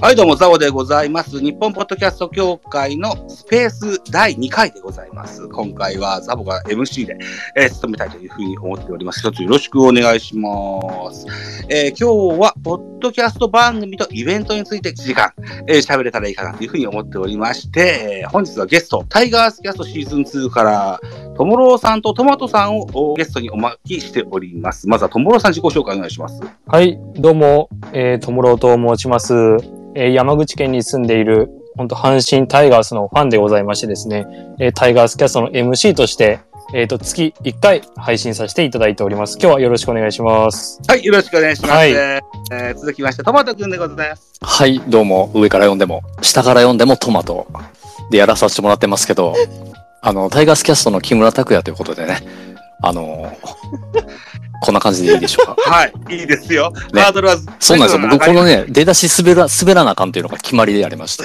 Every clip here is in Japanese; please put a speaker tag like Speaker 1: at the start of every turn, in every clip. Speaker 1: はい、どうも、ザボでございます。日本ポッドキャスト協会のスペース第2回でございます。今回はザボが MC で、えー務めたいというふうに思っております。一つよろしくお願いします。えー今日は、ポッドキャスト番組とイベントについて1時間、えー喋れたらいいかなというふうに思っておりまして、えー本日はゲスト、タイガースキャストシーズン2から、ともろうさんとトマトさんをおゲストにお招きしております。まずはともろうさん自己紹介お願いします。
Speaker 2: はい、どうも、えー、ともろうと申します。えー山口県に住んでいる、本当阪神タイガースのファンでございましてですね、えータイガースキャストの MC として、えっ、と、月1回配信させていただいております。今日はよろしくお願いします。
Speaker 1: はい、よろしくお願いします。
Speaker 2: はい
Speaker 1: えー続きまして、トマトくんでございます。
Speaker 3: はい、どうも、上から読んでも、下から読んでもトマトでやらさせてもらってますけど、あの、タイガースキャストの木村拓哉ということでね、あの、こんな感じでいいでしょうか。
Speaker 1: はい、いいですよ。
Speaker 3: ね
Speaker 1: ハードルは、
Speaker 3: そうなんですよ。僕、この
Speaker 1: ね。
Speaker 3: ね、出だし滑ら、滑らなあかんっていうのが決まりでありまして、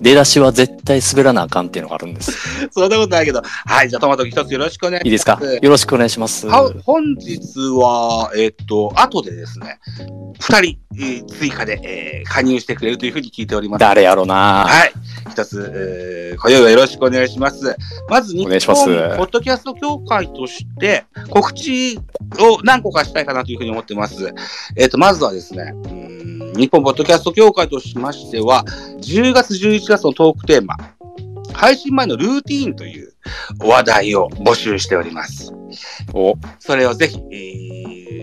Speaker 3: 出だしは絶対滑らなあかんっていうのがあるんです。
Speaker 1: そんなことないけど。はい、じゃあトマトくん一つよろしくお願い
Speaker 3: いいですかよろしくお願いします。
Speaker 1: は
Speaker 3: は
Speaker 1: 本日は、えっと、後でですね、二人、えー追加で、えー加入してくれるというふうに聞いております。
Speaker 3: 誰やろな
Speaker 1: はい。一つ、えー、今宵はよろしくお願いします。まず、日
Speaker 3: お
Speaker 1: 本
Speaker 3: 願いします
Speaker 1: ポッドキャスト協会として、告知を何個かしたいかなというふうに思ってます。えっ、と、まずはですね、うーん日本ポッドキャスト協会としましては、10月、11月のトークテーマ、配信前のルーティーンという話題を募集しております。
Speaker 3: お、
Speaker 1: それをぜひ、えー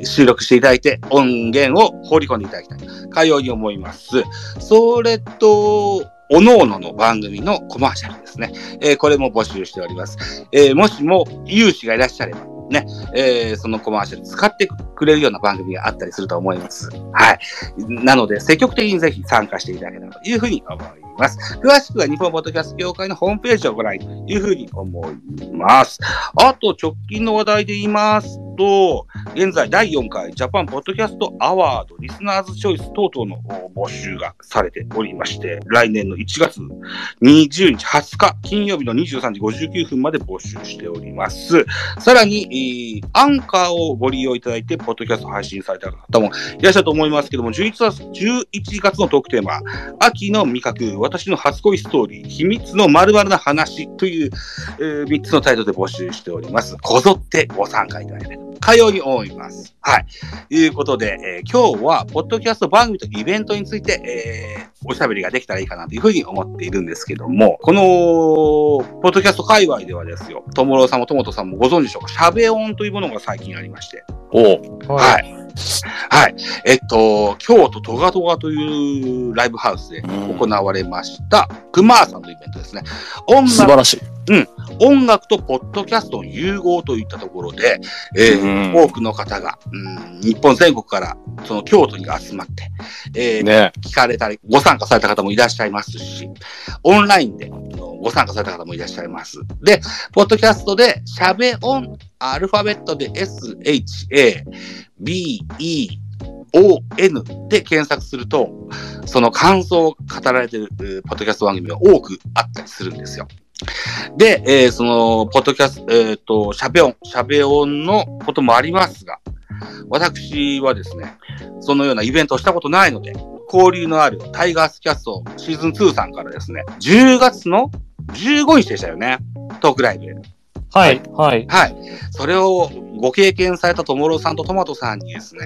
Speaker 1: 収録していただいて、音源を放り込んでいただきたい。かように思います。それと、おののの番組のコマーシャルですね。えーこれも募集しております。えーもしも有志がいらっしゃれば、ね、えーそのコマーシャル使ってくれるような番組があったりすると思います。はい。なので、積極的にぜひ参加していただければというふうに思います。詳しくは日本ポッドキャスト協会のホームページをご覧というふうに思います。あと直近の話題で言いますと、現在第4回ジャパンポッドキャストアワードリスナーズチョイス等々の募集がされておりまして、来年の1月20日、20日、金曜日の23時59分まで募集しております。さらに、えーアンカーをご利用いただいて、ポッドキャスト配信された方もいらっしゃると思いますけども、11月 ,11 月のトークテーマ、秋の味覚、私の初恋ストーリー、秘密の〇〇な話というえー、3つのタイトルで募集しております。こぞってご参加いただければ。かように思います。はい。ということで、えー今日は、ポッドキャスト番組とイベントについて、えーおしゃべりができたらいいかなというふうに思っているんですけども、この、ポッドキャスト界隈ではですよ、ともろうさんもともとさんもご存知でしょうか、しゃべ音というものが最近ありまして、
Speaker 3: お、
Speaker 1: は。い。はい。えっと、京都トガトガというライブハウスで行われました、クマーさんのイベントですね。音
Speaker 3: 素
Speaker 1: 楽
Speaker 3: 晴らしい。
Speaker 1: 音楽とポッドキャストの融合といったところで、えー
Speaker 3: うん
Speaker 1: 多くの方が、うん、日本全国からその京都に集まって、えー
Speaker 3: ね
Speaker 1: 聞かれたり、ご参加された方もいらっしゃいますし、オンラインであのご参加された方もいらっしゃいます。で、ポッドキャストで、しゃべ音アルファベットで S, H, A, B, E, O, N で検索すると、その感想を語られているえーポッドキャスト番組が多くあったりするんですよ。で、えーその、ポッドキャスト、えっ、と、しゃべ音、しゃべ音のこともありますが、私はですね、そのようなイベントをしたことないので、交流のあるタイガースキャストシーズン2さんからですね、10月の15日でしたよね、トークライブ。
Speaker 2: はい、はい。
Speaker 1: はい。それをご経験されたともろさんとトマトさんにですね、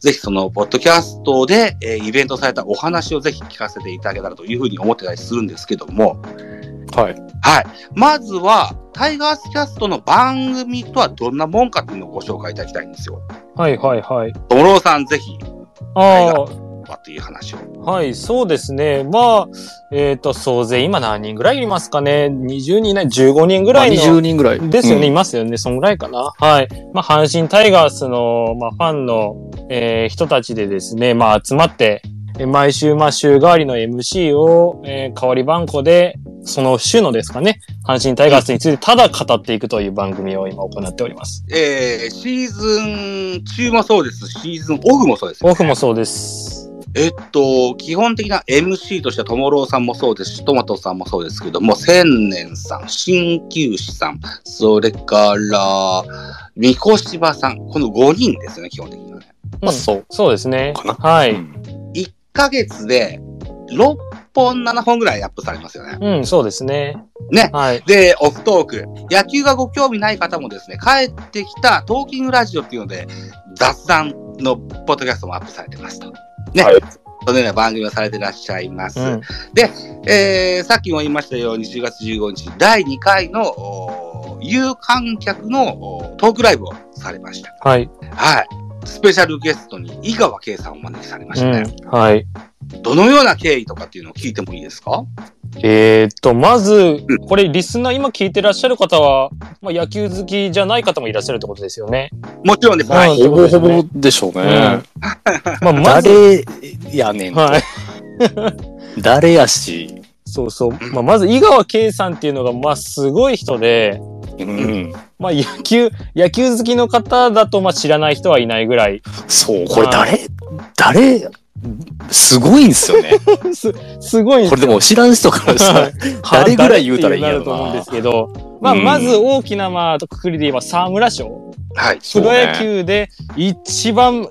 Speaker 1: ぜひその、ポッドキャストで、えーイベントされたお話をぜひ聞かせていただけたらというふうに思ってたりするんですけども、
Speaker 3: はい。
Speaker 1: はい。まずは、タイガースキャストの番組とはどんなもんかっていうのをご紹介いただきたいんですよ。
Speaker 2: はい、はい、はい。
Speaker 1: ともろさん、ぜひ、
Speaker 2: あ
Speaker 1: は
Speaker 2: あ、
Speaker 1: はっていう話を。
Speaker 2: はい、そうですね。まあ、えっ、と、総勢今何人ぐらいいますかね ?20 人いない、15人ぐ
Speaker 3: まあ
Speaker 2: らいの。
Speaker 3: 20人ぐらい。
Speaker 2: ですよね、
Speaker 3: う
Speaker 2: い
Speaker 3: ん
Speaker 2: ますよね、そんぐらいかな。はい。まあ、阪神タイガースの、まあ、ファンの、えー人たちでですね、まあ、集まって、えー毎週、まあ、週替わりの MC を、えー代わり番号で、その週のですかね、阪神タイガースについてただ語っていくという番組を今行っております。
Speaker 1: えー、シーズン中もそうですし、シーズンオフもそうですよね、
Speaker 2: オフもそうです。
Speaker 1: えっと、基本的な MC としては、ともろうさんもそうですし、トマトさんもそうですけども、千年さん、鍼灸師さん、それから、三越芝さん、この5人ですよね、基本的にはね。
Speaker 2: うん
Speaker 3: そう。
Speaker 2: そうですね。
Speaker 3: かな
Speaker 2: はい。
Speaker 3: うん
Speaker 1: 1ヶ月で6本、7本ぐらいアップされますよね。
Speaker 2: うん、そうですね。
Speaker 1: ね
Speaker 2: はい。
Speaker 1: で、オフトーク。野球がご興味ない方もですね、帰ってきたトーキングラジオっていうので、雑談のポッドキャストもアップされてますと。ね。
Speaker 3: はい
Speaker 1: そのような番組をされてらっしゃいます。
Speaker 2: うん。
Speaker 1: えーさっきも言いましたように、10月15日、第2回の、おー有観客のおートークライブをされました。
Speaker 2: はい。
Speaker 1: はい。スペシャルゲストに井川圭さんをお招きされまし
Speaker 2: う
Speaker 1: た
Speaker 2: ん
Speaker 1: ね。。
Speaker 2: はい。
Speaker 1: どのような経緯とかっていうのを聞いてもいいですか
Speaker 2: えーっと、まず、これ、リスナー、今聞いてらっしゃる方は、まあ、野球好きじゃない方もいらっしゃるってことですよ ね。
Speaker 1: もちろんです。は
Speaker 2: はい
Speaker 1: い。
Speaker 3: ほぼほぼでしょうね。
Speaker 2: まあ、まず、
Speaker 3: 誰やねん。
Speaker 2: はい。
Speaker 3: 誰やし。
Speaker 2: そうそう。まあ、まず、井川圭さんっていうのが、まあ、すごい人で、
Speaker 3: うん。
Speaker 2: まあ、野球、野球好きの方だと、まあ、知らない人はいないぐらい、
Speaker 3: そう、これ誰、誰、すごいんです よね。
Speaker 2: す、すごい
Speaker 3: これでも知らん人から
Speaker 2: は
Speaker 3: さ
Speaker 2: い、
Speaker 3: 誰ぐらい言うたらいいんやろ
Speaker 2: ってなると思うん
Speaker 3: な
Speaker 2: です。けど、まあ、
Speaker 3: うん
Speaker 2: まず大きな、まあ、くくりで言えば沢村賞。
Speaker 1: はい。
Speaker 3: そ
Speaker 2: プ
Speaker 3: う
Speaker 2: ロ
Speaker 3: ね
Speaker 2: 野球で一番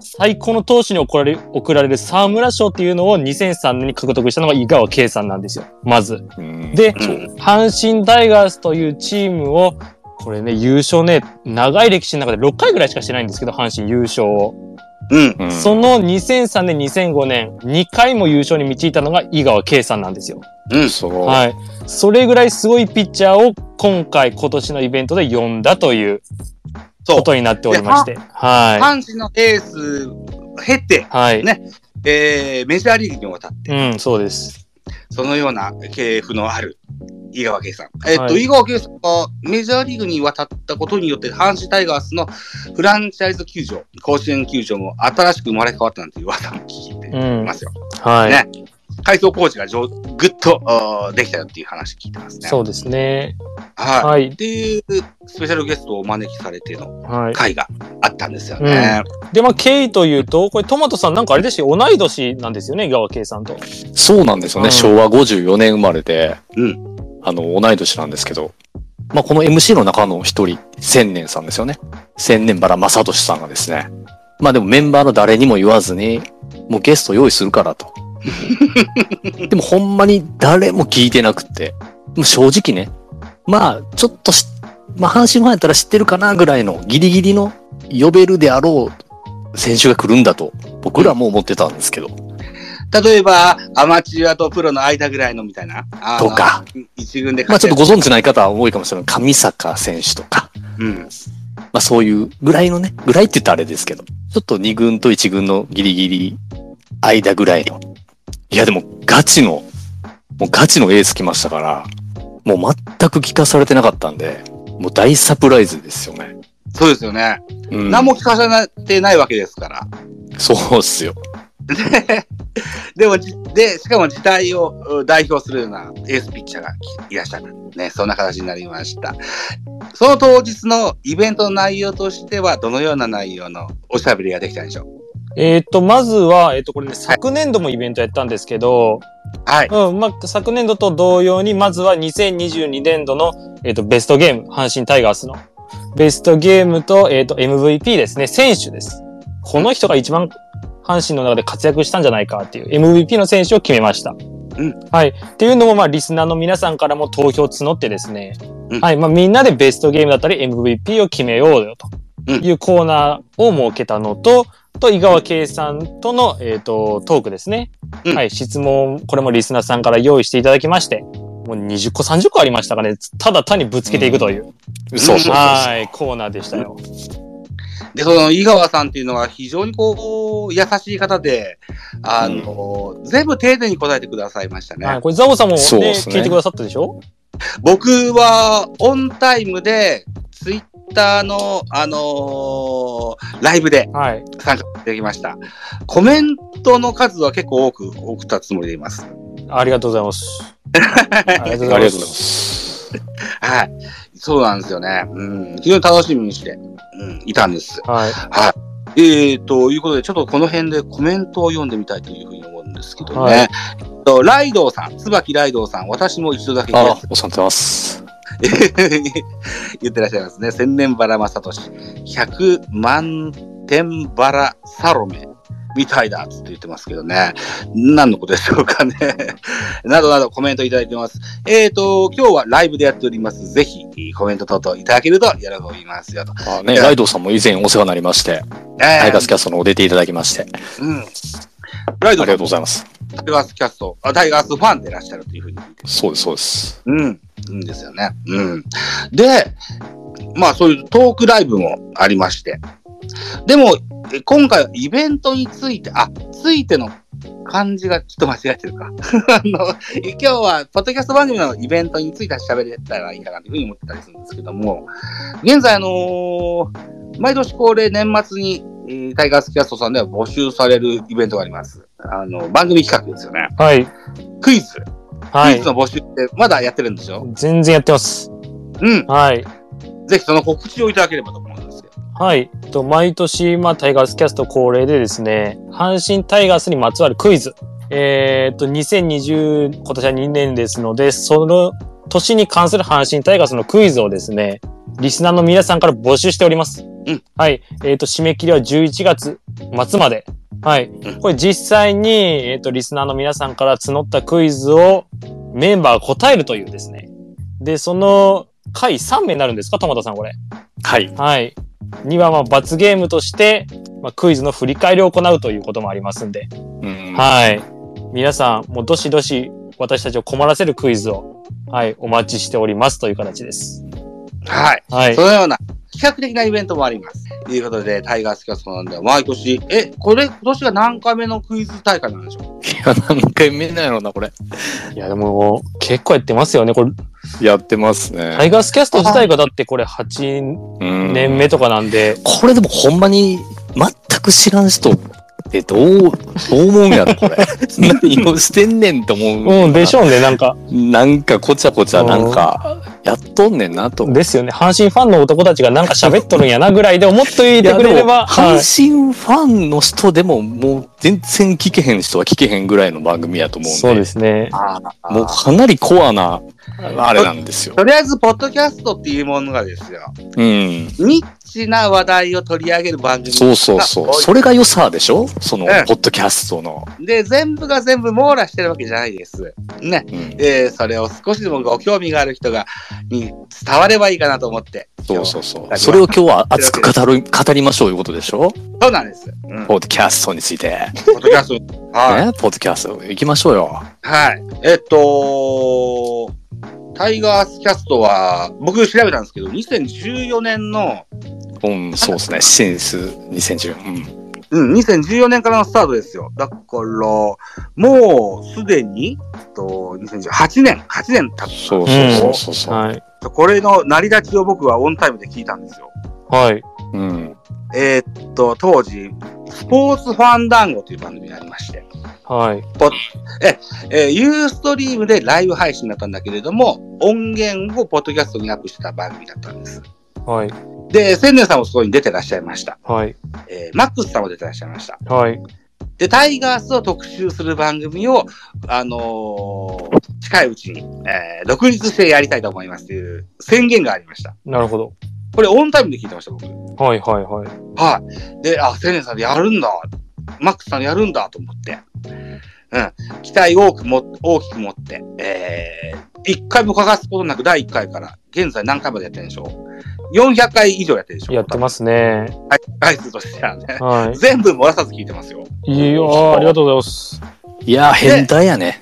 Speaker 2: 最高の投手に贈られ贈られる沢村賞っていうのを2003年に獲得したのが井川圭さんなんですよ、まず。
Speaker 3: うん
Speaker 2: で、
Speaker 1: うん
Speaker 2: 阪神タイガースというチームを、これね、優勝ね、長い歴史の中で6回ぐらいしかしてないんですけど、阪神優勝を。
Speaker 1: うん。
Speaker 3: うん
Speaker 2: その2003年、2005年、2回も優勝に導いたのが井川圭さんなんですよ。
Speaker 1: うん。
Speaker 3: そう。
Speaker 2: はい。それぐらいすごいピッチャーを今回、今年のイベントで呼んだという
Speaker 1: そう
Speaker 2: ことになっておりまして。は
Speaker 1: 阪神のエース経て
Speaker 2: い。、はい。
Speaker 1: ねえーメジャーリーグに渡って、
Speaker 2: うん、そうです。
Speaker 1: そのような系譜のある井川圭さん。えっと、
Speaker 2: はい
Speaker 1: 井川圭さんがメジャーリーグに渡ったことによって、阪神タイガースのフランチャイズ球場、甲子園球場も新しく生まれ変わったなんていう噂も聞いて
Speaker 2: うん
Speaker 1: ま。すよ。
Speaker 2: はい。
Speaker 1: ね改装工事がじょぐっとあーできたよっていう話聞いてますね。
Speaker 2: そうですね。
Speaker 1: は。
Speaker 2: はい
Speaker 1: っ
Speaker 2: い。
Speaker 1: ていうスペシャルゲストをお招きされての
Speaker 2: はい。
Speaker 1: 会があったんですよね。
Speaker 2: で、まあ、ケイというと、これ、トマトさんなんかあれですよ、同い年なんですよね、井川圭さんと。
Speaker 3: そうなんですよね。
Speaker 2: うん
Speaker 3: 昭和54年生まれで、
Speaker 1: うん
Speaker 3: あの、同い年なんですけど、まあ、この MC の中の一人、千年さんですよね。千年原正俊さんがですね、まあでもメンバーの誰にも言わずに、もうゲスト用意するからと。でもほんまに誰も聞いてなくって、もう正直ね、まあちょっとし、まあ阪神ファンやったら知ってるかなぐらいのギリギリの呼べるであろう選手が来るんだと、僕らも思ってたんですけど、
Speaker 1: 例えば、アマチュアとプロの間ぐらいのみたいな。あの
Speaker 3: とか。
Speaker 1: 一軍で
Speaker 3: まあち
Speaker 1: 活
Speaker 3: ょっ
Speaker 1: 躍
Speaker 3: とご存知ない方は多いかもしれない。上坂選手とか、
Speaker 1: うん。
Speaker 3: まあそういうぐらいのね、ぐらいって言ったらあれですけど、ちょっと2軍と1軍のギリギリ間ぐらいの。いやでもガチの、もうガチのエース来ましたから、もう全く聞かされてなかったんで、もう大サプライズですよね。
Speaker 1: そうですよね。
Speaker 3: うん、
Speaker 1: 何も聞かされてないわけですから。
Speaker 3: そうっすよ。
Speaker 1: でもじ、で、しかも時代をう代表するようなエースピッチャーがいらっしゃった。ね、そんな形になりました。その当日のイベントの内容としては、どのような内容のおしゃべりができたんでしょう
Speaker 2: えっ、と、まずは、えっ、と、これね、昨年度もイベントやったんですけど、
Speaker 1: はい。
Speaker 2: うん、まあ、昨年度と同様に、まずは2022年度の、えっ、と、ベストゲーム、阪神タイガースの。ベストゲームと、えっ、と、MVP ですね、選手です。この人が一番阪神の中で活躍したんじゃないかっていう MVP の選手を決めました。
Speaker 1: うん
Speaker 2: はい。っていうのも、まあ、リスナーの皆さんからも投票募ってですね、
Speaker 1: うん
Speaker 2: はい。まあ、みんなでベストゲームだったり MVP を決めようよと
Speaker 1: うん
Speaker 2: いうコーナーを設けたのと、と、井川圭さんとの、えっ、と、トークですね。
Speaker 1: うん
Speaker 2: はい。質問、これもリスナーさんから用意していただきまして、もう20個、30個ありましたかね。ただ単にぶつけていくという、
Speaker 3: そうそうそう。
Speaker 2: はい、コーナーでしたよ。
Speaker 1: で、その井川さんっていうのは非常にこう、優しい方で、あの、全部丁寧に答えてくださいましたね。
Speaker 2: はい。これ、ザボさんもね、
Speaker 3: そうですね
Speaker 2: 聞いてくださったでしょ
Speaker 1: 僕はオンタイムでツイッターの、あのーライブで
Speaker 2: はい。
Speaker 1: 参加できました。コメントの数は結構多く送ったつもりでいます。
Speaker 2: ありがとうございます。ありがとう
Speaker 3: あ
Speaker 2: ござ
Speaker 3: りが
Speaker 2: い
Speaker 3: とう
Speaker 2: ま。
Speaker 3: ございますす。
Speaker 1: はい。そうなんですよね。うん。非常に楽しみにして、うん、いたんです。
Speaker 2: はい。
Speaker 1: はい。えー、ということで、ちょっとこの辺でコメントを読んでみたいというふうに思うんですけどね。
Speaker 2: はい
Speaker 1: えっとライドウさん、椿ライドウさん、私も一度だけ
Speaker 3: あ、お世話になってます。
Speaker 1: 言ってらっしゃいますね。千年バラ正俊、百万点バラサロメ、みたいだっつって言ってますけどね。何のことでしょうかね。 などなどコメントいただいてます。えっ、と、今日はライブでやっております。ぜひ、コメント等々いただけると喜びますよと。
Speaker 3: あね、ライドさんも以前お世話になりまして、
Speaker 1: え
Speaker 3: タイガースキャストのお出ていただきまして、
Speaker 1: うん。ライ
Speaker 3: あ
Speaker 1: ド
Speaker 3: り
Speaker 1: さ
Speaker 3: がとうんございます。
Speaker 1: タイガースキャスト、あタイガースファンでいらっしゃるというふうに聞いて
Speaker 3: そうです、そうです。
Speaker 1: うん。いいんですよね。うん。で、まあそういうトークライブもありまして。でも、え今回はイベントについて、あ、ついての漢字がちょっと間違えてるか。 あの、今日は、ポッドキャスト番組のイベントについて喋れたらいいかなというふうに思ってたりするんですけども、現在、あのー毎年恒例年末に、えータイガースキャストさんでは募集されるイベントがあります。あの、番組企画ですよね。
Speaker 2: はい。
Speaker 1: クイズ。
Speaker 2: は
Speaker 1: クイ
Speaker 2: い
Speaker 1: ズ。の募集ってまだやってるんでしょ
Speaker 2: 全然やってます。
Speaker 1: うん。
Speaker 2: はい。
Speaker 1: ぜひその告知をいただければと思うんですよ。
Speaker 2: はい。えっと毎年、まあ、タイガースキャスト恒例でですね、阪神タイガースにまつわるクイズ。えーっと、2020、今年は2年ですので、その年に関する阪神タイガースのクイズをですね、リスナーの皆さんから募集しております。
Speaker 1: うん
Speaker 2: はい。えーっと、締め切りは11月末まで。はい
Speaker 1: ん。
Speaker 2: これ実際に、えーっと、リスナーの皆さんから募ったクイズをメンバーが答えるというですね。で、その回3名になるんですか、トマトさん、これ。
Speaker 3: はい。
Speaker 2: はい。にはまあ罰ゲームとして、まあ、クイズの振り返りを行うということもありますんで、
Speaker 3: うん。
Speaker 2: はい。皆さん、もうどしどし私たちを困らせるクイズを、はい、お待ちしておりますという形です。
Speaker 1: はい。
Speaker 2: はい
Speaker 1: そ。のような企画的なイベントもあります。ということで、タイガースキャストなんでは毎年、え、これ今年が何回目のクイズ大会なんでしょ
Speaker 3: いや、何回見ないのな、これ。
Speaker 2: いや、でも、結構やってますよね。これ、
Speaker 3: やってます
Speaker 2: タ
Speaker 3: ね。
Speaker 2: イガースキャスト自体がだってこれ8
Speaker 3: うん
Speaker 2: 年目とかなんで、
Speaker 3: これでもほんまに全く知らん人ってどう、どう思うんやろ、これ。 何をしてんねんと思う。
Speaker 2: うん、でしょうね、なんか。
Speaker 3: なんかこちゃこちゃ、なんか、やっとんねんなと。
Speaker 2: ですよね。阪神ファンの男たちがなんか喋っとるんやなぐらいで思っといてくれれ
Speaker 3: いやで
Speaker 2: ば、はい
Speaker 3: も阪神ファンの人でももう全然聞けへん人は聞けへんぐらいの番組やと思うんで
Speaker 2: そうですね。
Speaker 1: ああ
Speaker 3: もうかなりコアなあれなんですよ。
Speaker 1: とりあえず、ポッドキャストっていうものがですよ、
Speaker 3: うん、
Speaker 1: ニッチな話題を取り上げる番組が
Speaker 3: そ
Speaker 1: 多
Speaker 3: う
Speaker 1: い
Speaker 3: そうそう。それが良さでしょその、
Speaker 1: ええ
Speaker 3: ポッドキャストの。
Speaker 1: で、全部が全部網羅してるわけじゃないです。ね。
Speaker 3: うん、
Speaker 1: えーそれを少しでもご興味がある人が、に伝わればいいかなと思って。。
Speaker 3: そうそううそう。それを今日は熱く語る、語りましょういうことでしょ
Speaker 1: そうなんです。うん、ポ
Speaker 3: ポッドキャストについて。ね、
Speaker 1: ッドキャスト。はい。
Speaker 3: ポッドキャスト行きましょうよ。
Speaker 1: はい。えっと、タイガースキャストは、僕調べたんですけど、2014年の、
Speaker 3: うん、そうですね。シンス2010。
Speaker 1: うん、2014年からのスタートですよ。だから、もうすでに、えっと、2018年、8年経っ
Speaker 3: うん。そうそうそうそうそう。
Speaker 2: はい。
Speaker 1: た。これの成り立ちを僕はオンタイムで聞いたんですよ。
Speaker 2: はい。
Speaker 3: うん。
Speaker 1: えっと、当時、スポーツファンダンゴという番組がありまして、
Speaker 2: はい。
Speaker 1: えー、ユーストリームでライブ配信だったんだけれども、音源をポッドキャストにアップしてた番組だったんです。
Speaker 2: はい。
Speaker 1: で、千年さんもそこに出てらっしゃいました。
Speaker 2: はい。
Speaker 1: えーマックスさんも出てらっしゃいました。
Speaker 2: はい。
Speaker 1: で、タイガースを特集する番組を、あのー近いうちに、えー独立してやりたいと思いますという宣言がありました。
Speaker 2: なるほど。
Speaker 1: これオンタイムで聞いてました、僕。
Speaker 2: はいはいはい。
Speaker 1: はい。で、あ、千年さんでやるんだ。マックスさんやるんだと思って。うん。期待を多くも、大きく持って、えー、一回も欠かすことなく第一回から、現在何回までやってるんでしょう ?400 回以上やってるでしょ
Speaker 2: やってますね。
Speaker 1: はい、回数としてはね。
Speaker 2: は
Speaker 1: 全部漏らさず聞いてますよ。
Speaker 2: い。いやーありがとうございます。
Speaker 3: いやー、変態やね。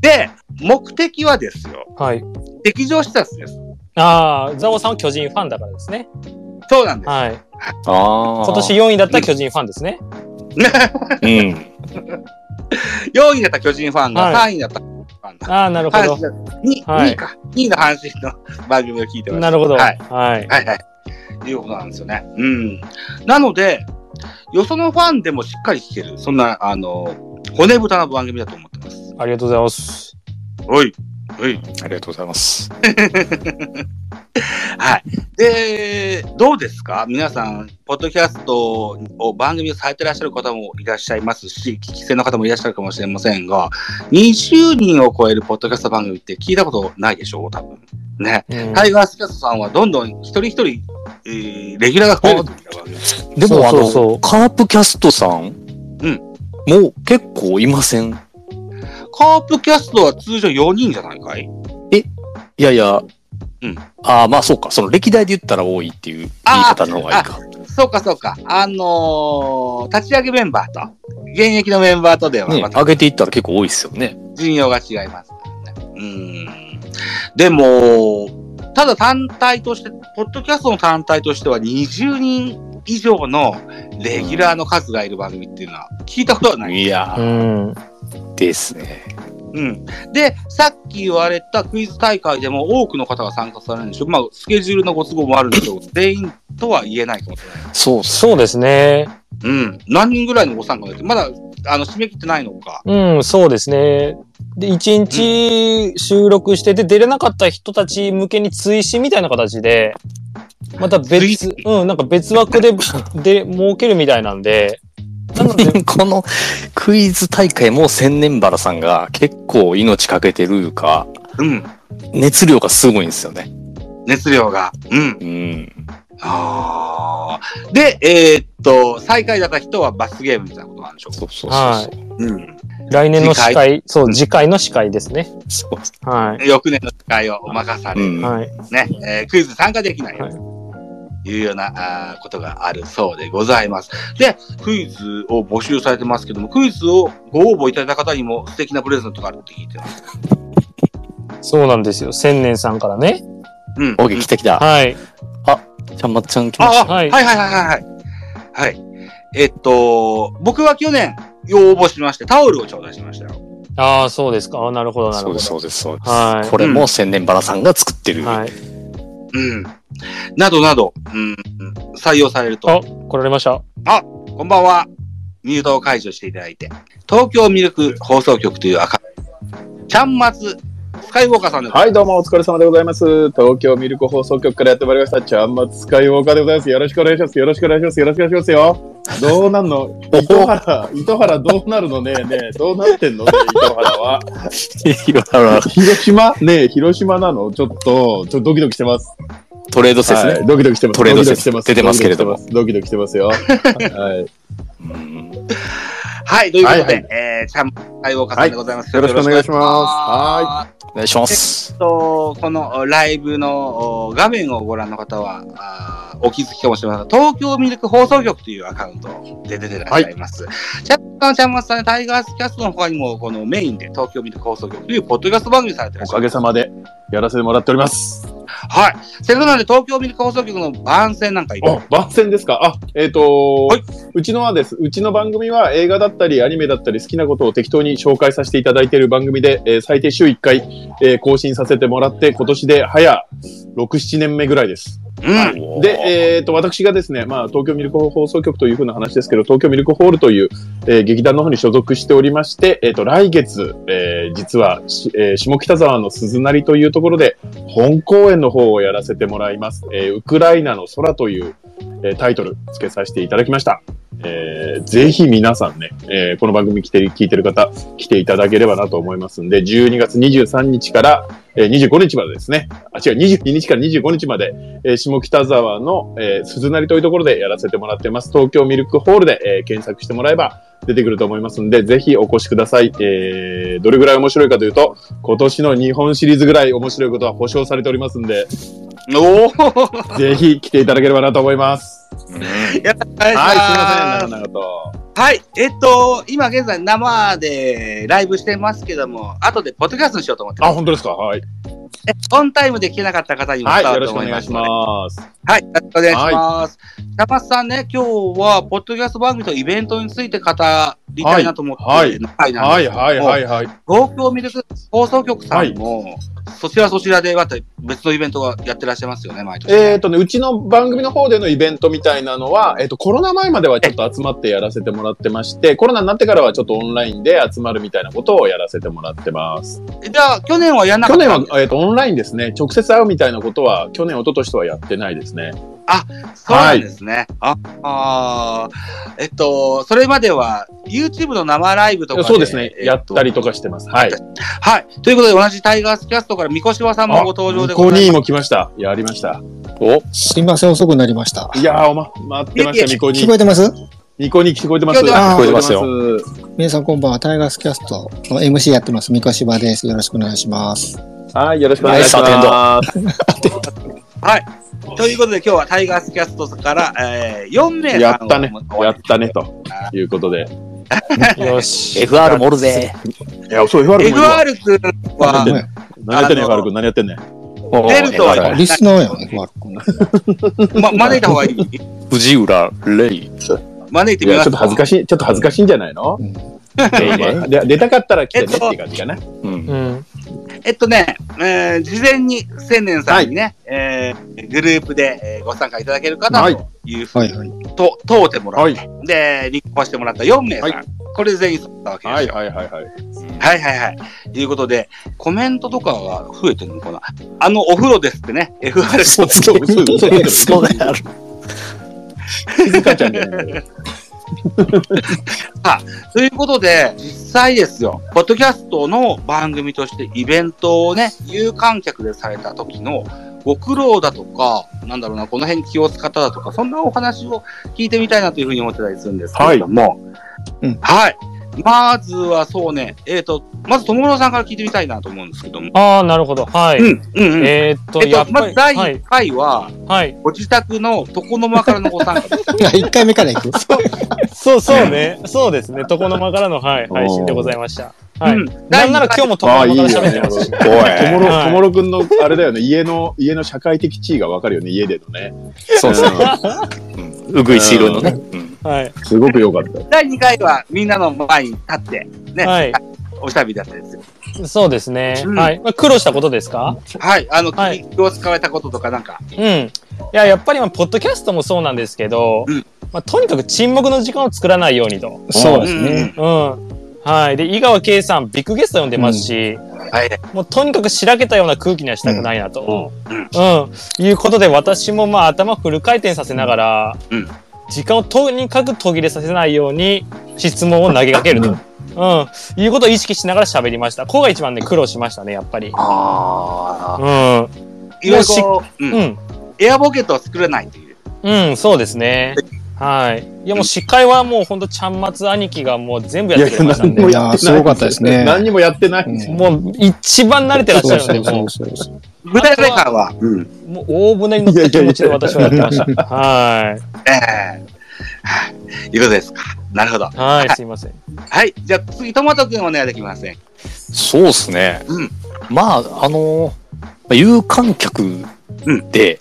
Speaker 1: で、目的はですよ、
Speaker 2: はい。
Speaker 1: 敵情視察です。
Speaker 2: ああ、ザオさんは巨人ファンだからですね。
Speaker 1: そうなんです。
Speaker 2: はい。
Speaker 3: ああ。
Speaker 2: 今年4位だった巨人ファンですね。
Speaker 3: うん。
Speaker 1: 4位だった巨人ファンが、
Speaker 2: は
Speaker 1: 3位だったファンが、
Speaker 2: ああ、なるほ
Speaker 1: 阪
Speaker 2: ど
Speaker 1: 神。だ2、
Speaker 2: はい
Speaker 1: 2位か。2位の阪神の番組を聞いてます。
Speaker 2: なるほど。
Speaker 1: は。
Speaker 2: はいい。
Speaker 1: はいはい。いうことなんですよね。うん。なので、よそのファンでもしっかり聞ける、そんな、あの、骨太な番組だと思ってます。
Speaker 2: ありがとうございます。
Speaker 1: おい。おい。
Speaker 3: ありがとうございます。
Speaker 1: はい。で、どうですか皆さん、ポッドキャストを番組をされてらっしゃる方もいらっしゃいますし、聞き捨ての方もいらっしゃるかもしれませんが、20人を超えるポッドキャスト番組って聞いたことないでしょう多分。ね。
Speaker 2: うん
Speaker 1: タイガースキャストさんはどんどん一人一人、えーレギュラーが増えるというかよね。
Speaker 3: でも
Speaker 2: そうそうそう
Speaker 3: あの、カープキャストさん、
Speaker 1: うん
Speaker 3: もう結構いません
Speaker 1: カープキャストは通常4人じゃないかい
Speaker 3: いやいや、
Speaker 1: うん
Speaker 3: ああ、まあそうか、その歴代で言ったら多いっていう言い方の方がいいか。
Speaker 1: そうかそうか。あのー立ち上げメンバーと、現役のメンバーとでは
Speaker 3: ね、
Speaker 1: また
Speaker 3: 上げていったら結構多いですよね。
Speaker 1: 陣容が違いますからね。うん。でも、ただ単体として、ポッドキャストの単体としては20人以上のレギュラーの数がいる番組っていうのは聞いたことはない。
Speaker 3: いや
Speaker 2: う
Speaker 3: ー、
Speaker 2: ん。
Speaker 3: ですね。
Speaker 1: うん。で、さっき言われたクイズ大会でも多くの方が参加されるんでしょまあ、スケジュールのご都合もあるんでしょう。全員とは言えないかもしれない。
Speaker 3: そうっす。
Speaker 2: そうですね。
Speaker 1: うん。何人ぐらいのご参加ですまだ、あの、締め切ってないのか。
Speaker 2: うん、そうですね。で、1日収録してて、出れなかった人たち向けに追試みたいな形で、また
Speaker 1: 追
Speaker 2: 別、うん、なんか別枠で、 で、設けるみたいなんで、な ので、
Speaker 3: このクイズ大会も千年原さんが結構命かけてるか、
Speaker 1: うん。
Speaker 3: 熱量がすごいんですよね。
Speaker 1: 熱量が。うん。
Speaker 3: うん。
Speaker 1: ああ。で、えーっと、最下位だった人は罰ゲームみたいなことなんでしょう
Speaker 3: そうそうそうそう。
Speaker 2: は
Speaker 1: うん。
Speaker 2: 来年の司
Speaker 1: 次
Speaker 2: 会、そう、次回の司会ですね。
Speaker 3: そう
Speaker 2: は
Speaker 1: 翌年の司会を任さ
Speaker 3: う
Speaker 1: れる、
Speaker 2: い。
Speaker 3: ん。
Speaker 2: はい。
Speaker 1: ね、えークイズ参加できない
Speaker 2: はい
Speaker 1: というようなあーことがあるそうでございます。で、クイズを募集されてますけども、クイズをご応募いただいた方にも素敵なプレゼントがあるって聞いてます。
Speaker 2: そうなんですよ。千年さんからね。
Speaker 1: うん。
Speaker 3: オーケー来た来た。
Speaker 2: はい。
Speaker 3: ちゃんまっちゃん来まし
Speaker 1: あ
Speaker 3: た。
Speaker 1: あ、
Speaker 2: は
Speaker 1: はいいはいはいはいはい。はい。えっと、僕は去年、要応募しまして、タオルを頂戴しましたよ。
Speaker 2: ああ、そうですか。あーなるほど、なる
Speaker 3: そ
Speaker 2: ほ
Speaker 3: う
Speaker 2: ど。
Speaker 3: です、そうです、そうです。
Speaker 2: はい
Speaker 3: これも千年原さんが作ってる。
Speaker 2: はい。
Speaker 1: うん。などなど、うん、採用されると。
Speaker 2: あ、来られました。
Speaker 1: こんばんは。ミュートを解除していただいて、東京ミルク放送局という赤、ちゃんまつ、スカイウォーカーさんでござ
Speaker 4: はいい、どうもお疲れ様でございます。東京ミルク放送局からやってまいりました、ちゃんまつスカイウォーカーでございます。よろしくお願いします。よろしくお願いします。よろしくお願いしますよ。どうなんの糸原、糸原どうなるのねえねえ、どうなってんのねえ、糸原は。広島ねえ、広島なのちょっと、ちょっとドキドキしてます。
Speaker 3: トレード説ね。
Speaker 4: はい、ドキドキしてます。
Speaker 3: トレード
Speaker 4: ドキ
Speaker 3: 説
Speaker 4: ドキしてます。
Speaker 3: 出てますけれども
Speaker 4: ドキドキしてます。ドキドキしてます よ。はい。
Speaker 3: うん
Speaker 1: ます。はい、ということで、
Speaker 4: はいはい
Speaker 1: えー、ちゃんまつ、スカイウォーカーさんでございます。
Speaker 4: はいよろしくお願いします
Speaker 1: はい。
Speaker 3: お願いします
Speaker 1: えっ。と、このライブのお画面をご覧の方は、あーお気づきかもしれませんが東京ミルク放送局というアカウントで出てらっしゃいます。ちゃんちゃんまつさんね、タイガースキャストの他にも、このメインで東京ミルク放送局というポッドキャスト番組されてら
Speaker 4: お
Speaker 1: っしゃ
Speaker 4: か
Speaker 1: いま
Speaker 4: げ
Speaker 1: す。
Speaker 4: さまでやらせてもらっております。
Speaker 1: はい。せっかくなんで、東京ミルク放送局の番宣なんかいかが
Speaker 4: あ、番宣ですか。あ、えっ、と、
Speaker 1: はいう
Speaker 4: ちのはです。うちの番組は映画だったりアニメだったり好きなことを適当に紹介させていただいている番組で、えー最低週1回、えー更新させてもらって、今年で早6、7年目ぐらいです。
Speaker 1: うん。
Speaker 4: で、えっ、と、私がですね、まあ、東京ミルク放送局というふうな話ですけど、東京ミルクホールという、えー劇団の方に所属しておりまして、えっ、と、来月、えー実は、しえー下北沢の鈴なりというところで、本公演の方をやらせてもらいます。えーウクライナの空という、えータイトル付けさせていただきました。えーぜひ皆さんね、えーこの番組来て、聞いてる方、来ていただければなと思いますんで、12月23日から、えー25日までですね、あ、違う、22日から25日まで、えー下北沢の、えー鈴なりというところでやらせてもらってます。東京ミルクホールで、えー検索してもらえば出てくると思いますんで、ぜひお越しください。えーどれぐらい面白いかというと、今年の日本シリーズぐらい面白いことは保証されておりますん で、
Speaker 1: おお
Speaker 4: ぜひ来ていただければなと思います。
Speaker 1: やった
Speaker 4: はい、すいません、
Speaker 1: ん。
Speaker 4: 長々と。
Speaker 1: はい、えっと、今現在生でライブしてますけども、後でポッドキャストにしようと思って
Speaker 4: あ、
Speaker 1: ます。
Speaker 4: 本当ですかはい。
Speaker 1: オンタイムで聞けなかった方にも
Speaker 4: は
Speaker 1: 伝
Speaker 4: い、
Speaker 1: わ
Speaker 4: よ
Speaker 1: ると
Speaker 4: ろしくお
Speaker 1: 思い
Speaker 4: 願
Speaker 1: ま
Speaker 4: い
Speaker 1: す
Speaker 4: し
Speaker 1: ので。
Speaker 4: ます。
Speaker 1: はい、よろしくお願いします。中松さんね、今日は、ポッドキャスト番組とイベントについて語りたいなと思って、
Speaker 4: はい
Speaker 1: の回なん
Speaker 4: は
Speaker 1: で
Speaker 4: い、
Speaker 1: すけども
Speaker 4: はい、はい、はい。
Speaker 1: 東京ミルク放送局さんも、そちらそちらで、また別のイベントがやってらっしゃいますよね、毎年ね、
Speaker 4: えっ、とね、うちの番組の方でのイベントみたいなのは、えっ、と、コロナ前まではちょっと集まってやらせてもらってまして、コロナになってからはちょっとオンラインで集まるみたいなことをやらせてもらってます。
Speaker 1: じゃあ、去年はやんなか
Speaker 4: 去
Speaker 1: った
Speaker 4: 年は、えっ、と、オンラインですね。直接会うみたいなことは、去年、一昨年とはやってないですね。
Speaker 1: そうなんですね。ああー、えっと、それまでは YouTube の生ライブとか
Speaker 4: そうですね。
Speaker 1: えと
Speaker 4: やったりとかしてます。はい。
Speaker 1: はい。ということで、同じタイガースキャストから、三越和さんもご登場で
Speaker 4: あ
Speaker 1: ご
Speaker 4: 向こう
Speaker 1: ざい
Speaker 4: に
Speaker 1: ま
Speaker 4: も来ました。やりました。お
Speaker 5: すいません、遅くなりました。
Speaker 4: いやー、おま、待ってまし
Speaker 1: いやい
Speaker 4: た、
Speaker 1: や
Speaker 4: ニコニ
Speaker 5: 聞こ。えてます
Speaker 4: ニコニ聞こえてます。
Speaker 1: 聞こえて
Speaker 5: ます
Speaker 4: 聞こえてま
Speaker 5: 皆さんこんばんは。タイガースキャストの MC やってます。三越場です。よろしくお願いします。
Speaker 4: す。はい、よろしくお願いし
Speaker 3: ナイス
Speaker 4: ます。
Speaker 1: ということで今日はタイガースキャストから、えー、4名さ
Speaker 4: やっ
Speaker 1: んを
Speaker 4: たね
Speaker 1: お迎えしまし、た
Speaker 4: やったね、ということで。
Speaker 2: よ し。
Speaker 3: FR もおるぜ。
Speaker 4: いや、そう、FR 君もいるわ
Speaker 1: FR 君
Speaker 5: ごめ
Speaker 1: は、
Speaker 5: ん
Speaker 4: 何やってんねん、
Speaker 1: あの
Speaker 4: FR 君。何やってんねん。
Speaker 1: 出るとは言わない
Speaker 5: リスナーやん、ファルコン。
Speaker 1: ま、招いた方がいい。
Speaker 3: 藤浦レイ。
Speaker 1: 招いて
Speaker 4: い
Speaker 1: み
Speaker 4: や、
Speaker 1: ま
Speaker 4: ち
Speaker 1: す
Speaker 4: ょっと恥ずかしい、ちょっと恥ずかしいんじゃないの
Speaker 5: うん
Speaker 4: まあまあで出たかったら来て
Speaker 1: え
Speaker 4: ね
Speaker 1: っと
Speaker 4: って感じかな。
Speaker 3: うん。
Speaker 2: うん。
Speaker 1: えっとね、えー事前に千年さんにね、えーグループで、えーご参加いただける方
Speaker 4: はい
Speaker 1: というふう
Speaker 5: は
Speaker 1: に、
Speaker 5: いはい。
Speaker 1: と問うてもらって、
Speaker 4: は
Speaker 1: で、立候補してもらった4名さん、
Speaker 4: はい
Speaker 1: これ全員そうだったわけで
Speaker 4: はい
Speaker 1: すよ。
Speaker 4: はいはいはい。
Speaker 1: はいはいはい。ということで、コメントとかが増えてるのかなあのお風呂ですってね、FR
Speaker 4: そうそうそうそう。
Speaker 3: そうだよ。
Speaker 4: 静香ちゃんじゃない
Speaker 1: ということで、実際ですよ、ポッドキャストの番組としてイベントをね、有観客でされた時のご苦労だとか、なんだろうな、この辺気を使っただとか、そんなお話を聞いてみたいなというふうに思ってたりするんですけれども、
Speaker 5: いうん
Speaker 1: はい。まずはそうね、えっ、と、まず友野さんから聞いてみたいなと思うんですけども。
Speaker 2: ああ、なるほど。はい。
Speaker 1: うん、うん、うん。えっ
Speaker 2: えーっと、やっ
Speaker 1: と、ま
Speaker 2: ぱ
Speaker 1: ず
Speaker 2: り、
Speaker 1: 第
Speaker 2: はい
Speaker 1: 1。回は、
Speaker 2: はい。
Speaker 1: ご自宅の床の間からのご参加です。
Speaker 5: あ一回目からいく。
Speaker 2: そうそうね。そうですね。床の間からの、はい、配信でございました。はい。
Speaker 1: うん
Speaker 2: なんなら今日も床
Speaker 4: ああ、い
Speaker 2: の
Speaker 4: いよ
Speaker 2: 間
Speaker 4: ね。
Speaker 2: から喋ってま
Speaker 4: と
Speaker 2: す。
Speaker 4: もろ、
Speaker 2: はい
Speaker 4: ともろくんの、あれだよね、家の、家の社会的地位がわかるよね、家でのね。
Speaker 3: そうですね。うんうぐいすいろいのね。うん
Speaker 2: はい。
Speaker 4: すごく良かった。
Speaker 1: 第2回はみんなの前に立って、ね、
Speaker 2: はい
Speaker 1: おしゃべりだったんですよ。
Speaker 2: そうですね。
Speaker 1: うん
Speaker 2: はい。まあ、苦労したことですか
Speaker 1: はい、あの、
Speaker 2: はい
Speaker 1: 気を使われたこととか、なんか、
Speaker 2: うん。いや、やっぱり、まあ、ポッドキャストもそうなんですけど、
Speaker 1: うん
Speaker 2: まあ、とにかく沈黙の時間を作らないようにと。
Speaker 5: そう
Speaker 1: う
Speaker 5: ですね。
Speaker 1: ん
Speaker 2: うん。はい。で、井川圭さん、ビッグゲスト呼んでますし、
Speaker 1: うんはい、
Speaker 2: もうとにかくしらけたような空気にはしたくないなと。
Speaker 1: う
Speaker 2: うんん。いうことで、私もまあ頭フル回転させながら、
Speaker 1: うん
Speaker 2: 時間をとにかく途切れさせないように質問を投げかけると。うん。いうことを意識しながら喋りました。ここが一番ね、苦労しましたね、やっぱり。
Speaker 1: ああ、
Speaker 2: うん。う
Speaker 1: いろいろこう、うん
Speaker 2: ん。
Speaker 1: エアボケットを作れないという。
Speaker 2: うん、そうですね。はい。いや、もう司会はもうほんとちゃんまつ兄貴がもう全部やってくれましたんで。
Speaker 5: いやーすごかったですね
Speaker 4: 何にもやってない。
Speaker 5: うん
Speaker 2: もう一番慣れてらっしゃる
Speaker 5: そ
Speaker 2: ん
Speaker 5: う
Speaker 2: で、も
Speaker 5: そううそうそう。
Speaker 1: 具体的感は、うん、
Speaker 2: もう大船に乗った気持ちで私はやってました。は
Speaker 1: ええはい、いうことですか。なるほど。
Speaker 2: い。はい、すいません。
Speaker 1: はい、じゃあ次、トマト君お願いできません。
Speaker 3: そうですね
Speaker 1: うん。
Speaker 3: まあ、あの、有観客で、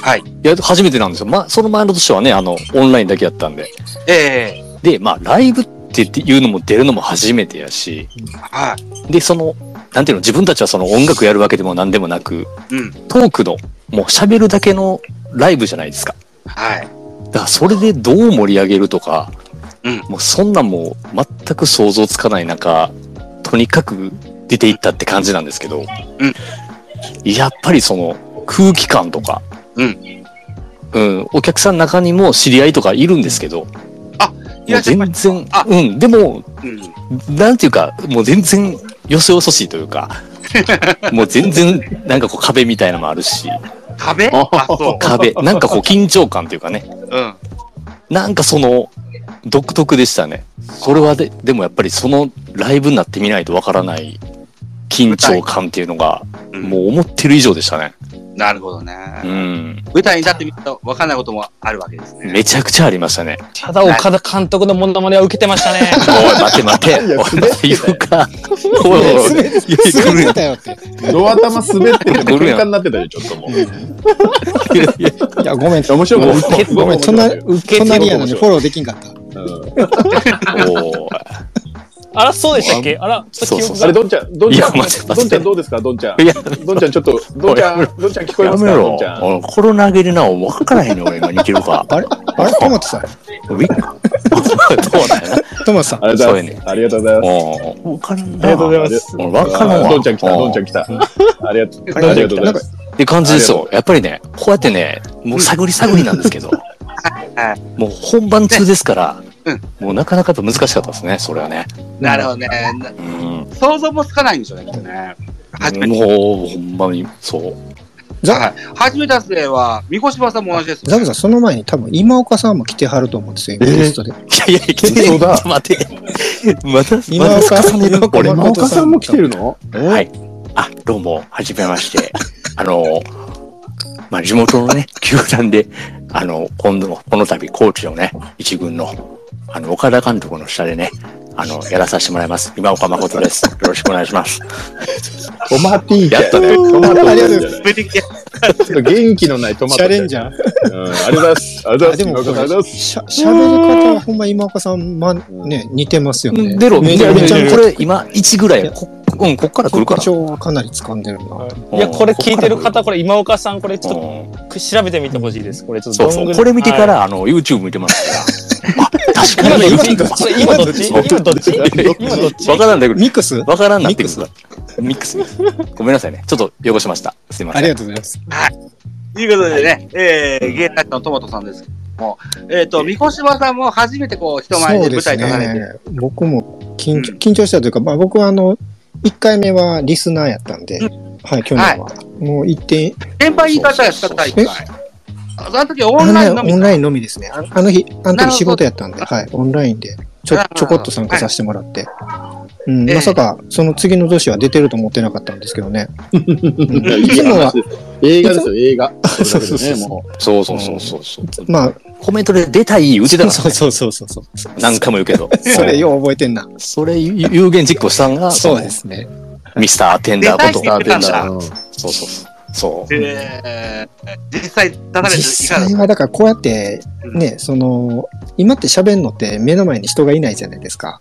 Speaker 1: はい。
Speaker 3: いや、初めてなんですよ。まあ、その前の年はね、あの、オンラインだけやったんで。
Speaker 1: ええ
Speaker 3: で、まあ、ライブっていうのも出るのも初めてやし、
Speaker 1: は
Speaker 3: で、その、なんていうの、自分たちはその音楽やるわけでも何でもなく、
Speaker 1: い、うん、
Speaker 3: トークの、もう喋るだけのライブじゃないですか。
Speaker 1: はい。
Speaker 3: だから、それでどう盛り上げるとか、
Speaker 1: うん
Speaker 3: もうそんなんもう全く想像つかない中、とにかく出ていったって感じなんですけど、
Speaker 1: うん
Speaker 3: やっぱりその空気感とか、
Speaker 1: うん
Speaker 3: うんお客さんの中にも知り合いとかいるんですけど、
Speaker 1: いらっしゃいま
Speaker 3: 全
Speaker 1: した
Speaker 3: 然
Speaker 1: あ、
Speaker 3: うん、でも
Speaker 1: うん、
Speaker 3: なんていうか、もう全然、よそよそしいとい うか、もう全然、なんかこう壁みたいなのもあるし、
Speaker 1: 壁あ、そ
Speaker 3: 壁、な んかこう緊張感というかね、
Speaker 1: う。うん。
Speaker 3: なんかその、独特でしたね。これはで、でもやっぱりそのライブになってみないとわからない緊張感っていうのが、
Speaker 1: うん
Speaker 3: もう思ってる以上でしたね。
Speaker 1: なるほど
Speaker 3: う
Speaker 1: ね。
Speaker 3: ん。
Speaker 1: 舞台に立ってみると分かんないこともあるわけですね。
Speaker 3: めちゃくちゃありましたね。
Speaker 2: ただ、岡田監督のモノマネは受けてましたね。
Speaker 3: おい、待て待て。おい、また言うか。おい、おいおい、
Speaker 5: 滑
Speaker 3: いや来
Speaker 5: 滑
Speaker 3: るよ。
Speaker 5: ってたよって。
Speaker 4: ドア玉滑ってて、
Speaker 3: ごめん
Speaker 4: 喧嘩になってたよ、ちょっともう。
Speaker 5: いや、ごめ
Speaker 4: 面
Speaker 5: ん。
Speaker 4: 白かった。
Speaker 5: ごめん、そんな、隣やのにフォ
Speaker 4: ロ
Speaker 5: ローできんかった。
Speaker 4: ー。
Speaker 3: おい
Speaker 2: あら、そうでしたっけあら、ちょっと記憶
Speaker 4: あ
Speaker 2: が
Speaker 4: れ、。どんちゃん、どんちゃん、
Speaker 3: いや待って待って
Speaker 4: どんちゃんどうですか、どんちゃん。
Speaker 3: いや、
Speaker 4: どんちゃん、ちょっと、どんちゃん、どんちゃん聞こえますか、どんちゃん。
Speaker 3: おいコロナ上げるな、もう分からへんねん、俺今、似てるか。
Speaker 5: あれあれトマトさん。
Speaker 3: ウィッグそうだよな。
Speaker 5: トマトさん。
Speaker 4: ありがとうございます。ありがとうございます。
Speaker 3: おお、分からん
Speaker 2: あ
Speaker 3: な。
Speaker 2: りがとうございます。
Speaker 3: 俺分からんわ。
Speaker 4: どんちゃん来た、
Speaker 3: お
Speaker 4: どんちゃん来た。ありがとう。ありがとうございます。
Speaker 3: って感じですよ。やっぱりね、こうやってね、もう探り探りなんですけど、
Speaker 1: は
Speaker 3: もう本番中ですから
Speaker 1: うん、
Speaker 3: もうなかなかやっぱ難しかったですね、それはね。
Speaker 1: なるほどね。な
Speaker 3: うん。
Speaker 1: 想像もつかないんでしょうね、きっとね。初めて。
Speaker 3: もう、ほんまに、そう。
Speaker 5: ザ
Speaker 1: はい。初め達成は、三越場さんも同じです、
Speaker 5: ザブさん、その前に多分今岡さんも来てはると思うんですよ、今ゲストで。
Speaker 3: いやいや、来て
Speaker 4: 嘘だ
Speaker 3: 待って。また、
Speaker 5: 今
Speaker 3: また
Speaker 5: 岡さん
Speaker 3: 重ねるこれ。
Speaker 4: 今岡さんも来てるの
Speaker 3: はい。あ、どうも、はじめまして。あの、まあ、地元のね、球団で、あの、今度、この度、コーチのね、一軍の、あの、岡田監督の下でね、あの、やらさせてもらいます。今岡誠です。よろしくお願いします。
Speaker 4: トマティー
Speaker 3: やっ
Speaker 4: ケ。
Speaker 3: たね。
Speaker 4: トマト
Speaker 5: ありがとうござい
Speaker 4: ち
Speaker 1: 出てきて。
Speaker 4: ょっと元気のないトマ
Speaker 5: チ
Speaker 4: ト。
Speaker 5: ャレンジ
Speaker 4: う
Speaker 5: ャー。
Speaker 4: ん。ありがとうございます。ありがとうございます。今
Speaker 5: でも
Speaker 4: 岡さんありがとうございます。
Speaker 5: しゃ、喋り方はほんま今岡さん、ま、ね、似てますよね。
Speaker 3: 出ろ、
Speaker 5: めちゃめちゃ
Speaker 3: これ、今、1ぐらい、こうん、こっから来るか
Speaker 5: 特
Speaker 3: ら。
Speaker 5: 徴はかなり掴んでるな。
Speaker 2: いや、これ聞いてる方、これ今岡さん、これちょっと
Speaker 3: うん
Speaker 2: く調べてみてほしいです。これちょっと
Speaker 3: そう
Speaker 2: どんぐら
Speaker 3: そう。
Speaker 2: い
Speaker 3: これ見てか
Speaker 2: は
Speaker 3: ら、あの、YouTube 見てますから。あ、確かに
Speaker 2: い今どっち
Speaker 3: YouTube か。
Speaker 2: 今どっち今どっち今どっち
Speaker 3: わからんだけど、
Speaker 5: ミックス
Speaker 3: わからんなってくるから。ミックスです。ごめんなさいね。ちょっと汚しました。すいませ
Speaker 5: あ
Speaker 3: ん。
Speaker 5: りがとうございます。
Speaker 1: ということでね、えー、芸達のトマトさんですけども、えっ、と、三越場さんも初めてこう、人前で舞台に立たれて、
Speaker 5: ね。僕も緊張,、
Speaker 1: うん
Speaker 5: 緊張したというか、まあ僕はあの、1回目はリスナーやったんで、
Speaker 1: う
Speaker 5: はい、去年は。もう行って、
Speaker 1: 先輩言い方やった大会。あの時オンラインのみ
Speaker 5: オンラインのみですね。ああの日、あの
Speaker 1: なるほど
Speaker 5: 時仕事やったんで、はい、オンラインでちょ
Speaker 1: なるほど
Speaker 5: ちょこっと参加させてもらって。うん、
Speaker 1: ええ
Speaker 5: まさか、その次の年は出てると思ってなかったんですけどね。うんいつもは、
Speaker 4: 映画ですよ、映画。
Speaker 5: そうそうそう
Speaker 4: も
Speaker 3: そうそうそうそうそう。
Speaker 5: まあ、
Speaker 3: コメントで出たい、うちだか
Speaker 5: そう
Speaker 3: ら。
Speaker 5: そうそうそうそう。
Speaker 3: 何回も言うけど。
Speaker 5: それよう覚えてんな。
Speaker 3: うん。それ有言実行したんが、
Speaker 5: そうで。すね。
Speaker 3: ミスター・テンダーこと。
Speaker 1: 出たいって言ってたんだ
Speaker 4: う。
Speaker 3: そうそうそう。そう。
Speaker 1: えー、実際立たれてい
Speaker 5: 実
Speaker 1: かがで
Speaker 5: 際
Speaker 1: す
Speaker 5: はだからこうやって
Speaker 1: うん
Speaker 5: ね、その、今って喋るのって目の前に人がいないじゃないですか。